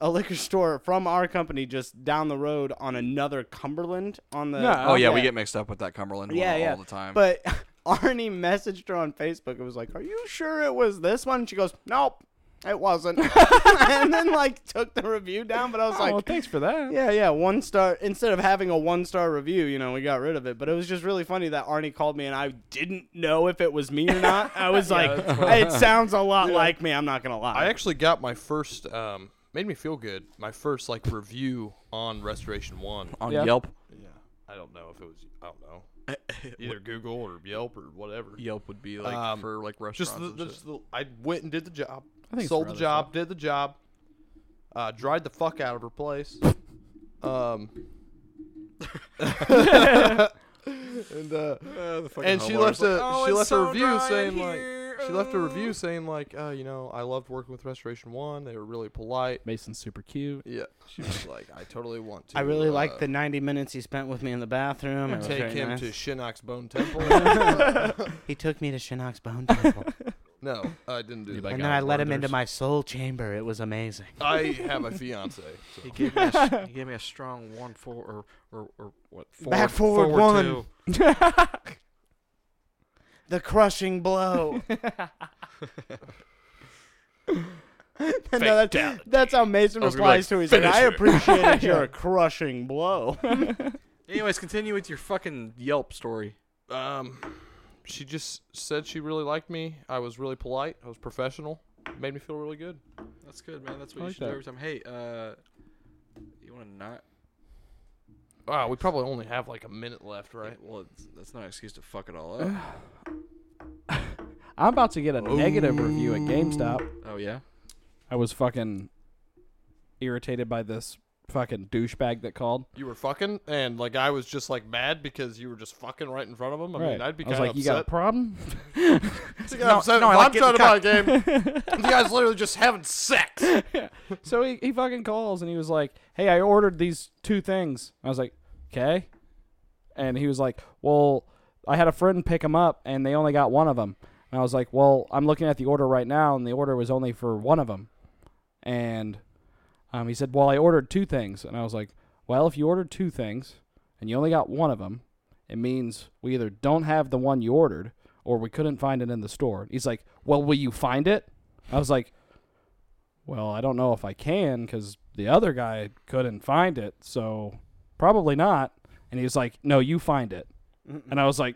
a liquor store from our company just down the road on another Cumberland on the.
No.
Oh yeah, we get mixed up with that Cumberland
Yeah,
one
yeah.
all the time.
But Arnie messaged her on Facebook. It was like, "Are you sure it was this one?" She goes, "Nope." It wasn't, and then like took the review down. But I was
Oh,
like,
well, thanks for that.
yeah, yeah. One star instead of having a one star review, you know, we got rid of it. But it was just really funny that Arnie called me and I didn't know if it was me or not. I was like, it sounds a lot like me. I'm not gonna lie.
I actually got my first. Um, made me feel good. My first like review on Restoration One.
on
Yeah.
Yelp,
Yeah, I don't know if it was. I don't know. Either Google or Yelp or whatever.
Yelp would be like
Um,
for like restaurants.
Just the,
and shit.
just the, I went and did the job.
I think it's
sold
for
the
other
job, did the job. Uh, dried the fuck out of her place. um. and uh, and she left a she left a review saying like she left a review saying like uh, you know I loved working with Restoration One. They were really polite.
Mason's super cute.
Yeah, she was like, I totally want to.
I really
uh,
like the 90 minutes he spent with me in the bathroom. It was
take
very
him
nice.
to Shinnok's Bone Temple.
He took me to Shinnok's Bone Temple,
no, I didn't do that.
and then I let him into my soul chamber. It was amazing.
I have a fiance. So.
gave me a, he gave me a strong one four or or, or what forward,
Back forward one.
two.
The crushing blow. no, that's, that's how Mason
I was gonna be
replies to it.
like,
He's like, I
"Finish
appreciated your crushing blow.
Anyways, continue with your fucking Yelp story.
Um, she just said she really liked me. I was really polite. I was professional. Made me feel really good.
That's good, man. That's what
I
you
like
should do
that.
every time. Hey, uh, you want to not?
Wow, we probably only have like a minute left, right?
Well, it's, that's not an excuse to fuck it all up.
I'm about to get a negative review at GameStop.
oh yeah.
I was fucking irritated by this fucking douchebag that called.
You were fucking, and like I was just like mad because you were just fucking right in front of him. I mean,
Right.
I'd be
I was
kind
like,
of
you got a
upset.
problem?
You got upset
no, I
if
like
I'm trying to buy a game. the guy's literally just having sex.
so he, he fucking calls and he was like, Hey, I ordered these two things. I was like, Okay. And he was like, Well, I had a friend pick them up and they only got one of them. And I was like, Well, I'm looking at the order right now and the order was only for one of them. And um, he said, Well, I ordered two things. And I was like, Well, if you ordered two things and you only got one of them, it means we either don't have the one you ordered or we couldn't find it in the store. He's like, Well, will you find it? I was like, well, I don't know if I can because the other guy couldn't find it. So probably not. And he was like, no, you find it. And I was like,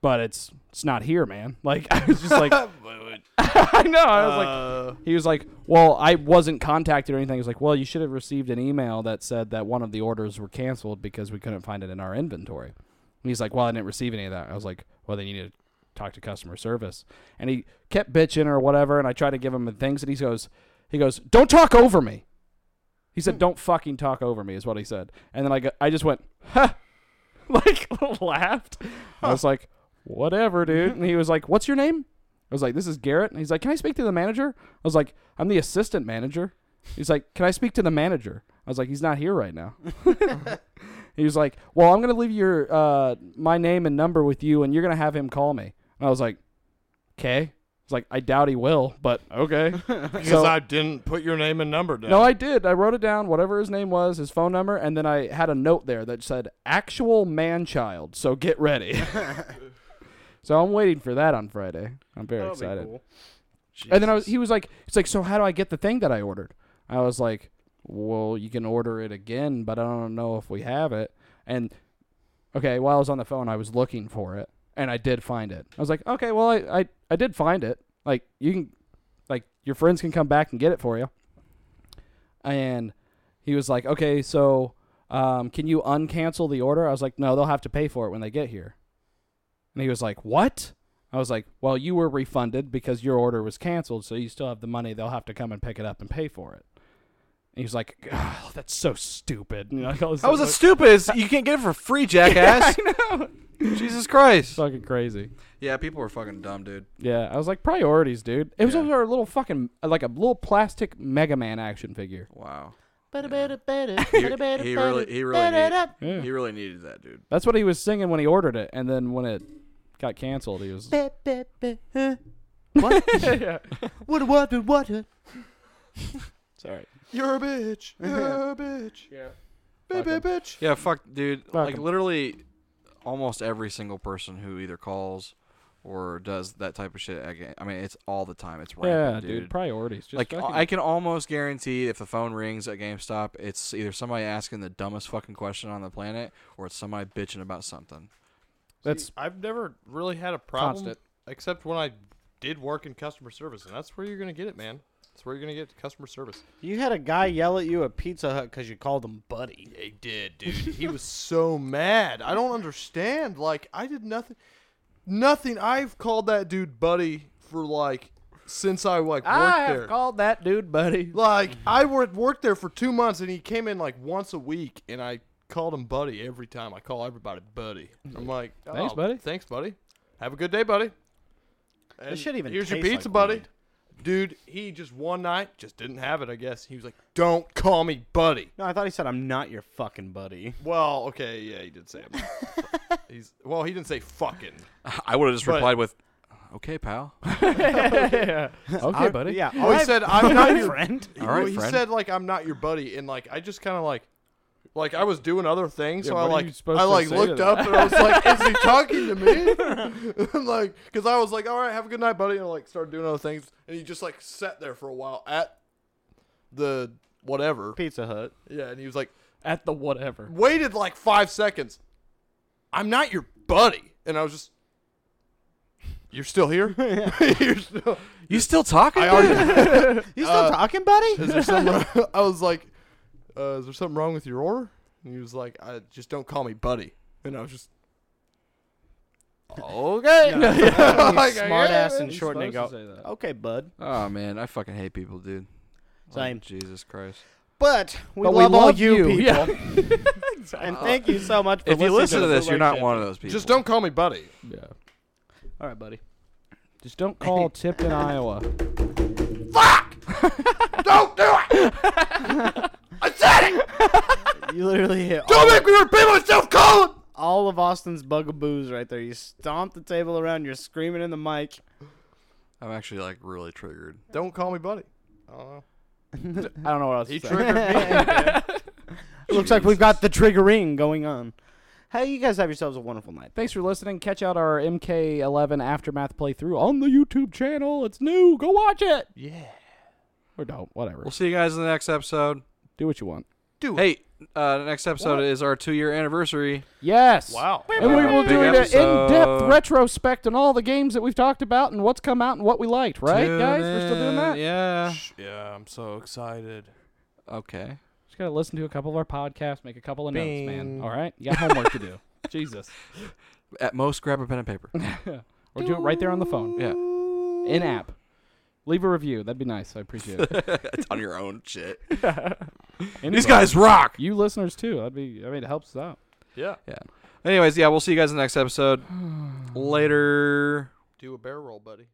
but it's it's not here, man. Like I was just like, I know. I was like, he was like, well, I wasn't contacted or anything. He was like, well, you should have received an email that said that one of the orders were canceled because we couldn't find it in our inventory. And he's like, well, I didn't receive any of that. I was like, well, then you need to talk to customer service. And he kept bitching or whatever. And I tried to give him the things, and he goes, he goes, don't talk over me. He said, "Don't fucking talk over me," is what he said. And then I go, I just went, huh, like laughed. I was like, "Whatever, dude." And he was like, "What's your name?" I was like, "This is Garrett." And he's like, "Can I speak to the manager?" I was like, "I'm the assistant manager." He's like, "Can I speak to the manager?" I was like, "He's not here right now." he was like, "Well, I'm gonna leave your uh, my name and number with you, and you're gonna have him call me." And I was like, "Okay." He's like, "I doubt he will, but okay."
Because
So-
I didn't put your name and number down.
No, I did. I wrote it down, whatever his name was, his phone number, and then I had a note there that said actual man child, so get ready. so I'm waiting for that on Friday. I'm very
That'll be
excited.
cool.
And then I was he was like he's like, So how do I get the thing that I ordered? I was like, Well, you can order it again, but I don't know if we have it. And okay, while I was on the phone I was looking for it and I did find it. I was like, Okay, well I, I, I did find it. Like you can like your friends can come back and get it for you. And he was like, Okay, so um, can you uncancel the order? I was like, No, they'll have to pay for it when they get here. And he was like, What? I was like, well, you were refunded because your order was canceled, so you still have the money. They'll have to come and pick it up and pay for it. And he was like, oh, that's so stupid. And, like, all this
How was it
stuff.
stupid? It's- You can't get it for free, jackass. Jesus Christ.
fucking crazy?
Yeah, people were fucking dumb, dude.
Yeah, I was like, priorities, dude. It was
Yeah.
over our little fucking, like a little plastic Mega Man action figure.
Wow. He,
He,
he really, he really, need,
Yeah.
he really needed that, dude.
That's what he was singing when he ordered it, and then when it got canceled, he was.
What, what, what? what?
Sorry.
You're a bitch. You're a bitch. Yeah. Baby bitch.
Yeah, fuck, dude. like
him.
literally, almost every single person who either calls or does that type of shit. again- I mean, it's all the time. It's rampant,
Yeah, dude. Priorities. Just
like
fucking-
I can almost guarantee if the phone rings at GameStop, it's either somebody asking the dumbest fucking question on the planet or it's somebody bitching about something.
that's
See, I've never really had a problem
Constant.
except when I did work in customer service, and that's where you're gonna get it, man. That's where you're gonna get customer service.
You had a guy yell at you at Pizza Hut because you called him buddy.
He did, dude. he was so mad. I don't understand. Like I did nothing, nothing. I've called that dude buddy for like since I like worked
I have
there.
called that dude, buddy.
like I worked worked there for two months, and he came in like once a week, and I called him buddy every time. I call everybody buddy. I'm like,
Thanks,
"Oh,
buddy."
Thanks, buddy. Have a good day, buddy. And
shit even
here's your
tastes
pizza,
like
buddy.
weed.
Dude, he just one night just didn't have it. I guess he was like, "Don't call me buddy."
No, I thought he said I'm not your fucking buddy.
Well, okay, yeah, he did say it. He's well, he didn't say fucking.
I would have just
But-
replied with, "Okay, pal."
Okay, buddy.
Yeah.
Oh, he said, "I'm not your
friend.
All right,
Well, he
friend.
said like I'm not your buddy, and like I just kind of like, like I was doing other things, so
what
I
are
like
you supposed
I
to
like
say to
looked up and I was like, is he talking to me? I'm like, because I was like, all right, have a good night, buddy, and I like started doing other things, and he just like sat there for a while at the whatever,
Pizza Hut.
yeah, and he was like
At the whatever.
waited like five seconds. I'm not your buddy, and I was just. You're still here? You're still.
You still talking?
I already.
You still talking, buddy?
is there something? I was like, uh, is there something wrong with your order? And he was like, I just don't call me buddy. And I was just
Okay.
like,
Smart ass
yeah,
and short and
supposed
go.
to say that.
Okay, bud.
oh man, I fucking hate people, dude. Like,
Same.
Jesus Christ.
But we
But we
love all
love
you,
you.
people.
Yeah.
and thank you so much for
If you listen to
us.
this, you're not one of those people.
Just don't call me buddy.
Yeah.
All right, buddy.
Just don't call Tipton, Iowa.
don't do it. I said it.
You literally hit all,
Don't make me repeat myself, Colin.
all of Austin's bugaboos right there. You stomp the table around. You're screaming in the mic.
I'm actually like really triggered.
Don't call me buddy. I don't know.
I don't know what else
He
to say.
triggered me.
Looks like we've got the triggering going on. Hey, you guys have yourselves a wonderful night.
Thanks for listening. Catch out our MK11 Aftermath playthrough on the YouTube channel. It's new. Go watch it. Yeah. Or don't. Whatever.
We'll see you guys in the next episode.
Do what you want.
Do it.
Hey, uh, next episode is our two year anniversary.
Yes.
Wow.
And we
Uh,
will
big
do an
episode.
in-depth retrospect on all the games that we've talked about and what's come out and what we liked, right,
Tune
guys? We're still
in.
doing that.
Yeah.
Yeah, I'm so excited.
Okay.
Just gotta listen to a couple of our podcasts, make a couple of
Bing.
notes, man. All right, you got homework to do. Jesus,
At most, grab a pen and paper.
or do it right there on the phone,
Yeah.
in app. Leave a review. That'd be nice. I appreciate it.
it's on your own shit.
Anyway,
These guys rock.
you listeners too. That'd be. I mean, it helps us out.
Yeah.
Yeah. Anyways, yeah, we'll see you guys in the next episode. Later.
Do a bear roll, buddy.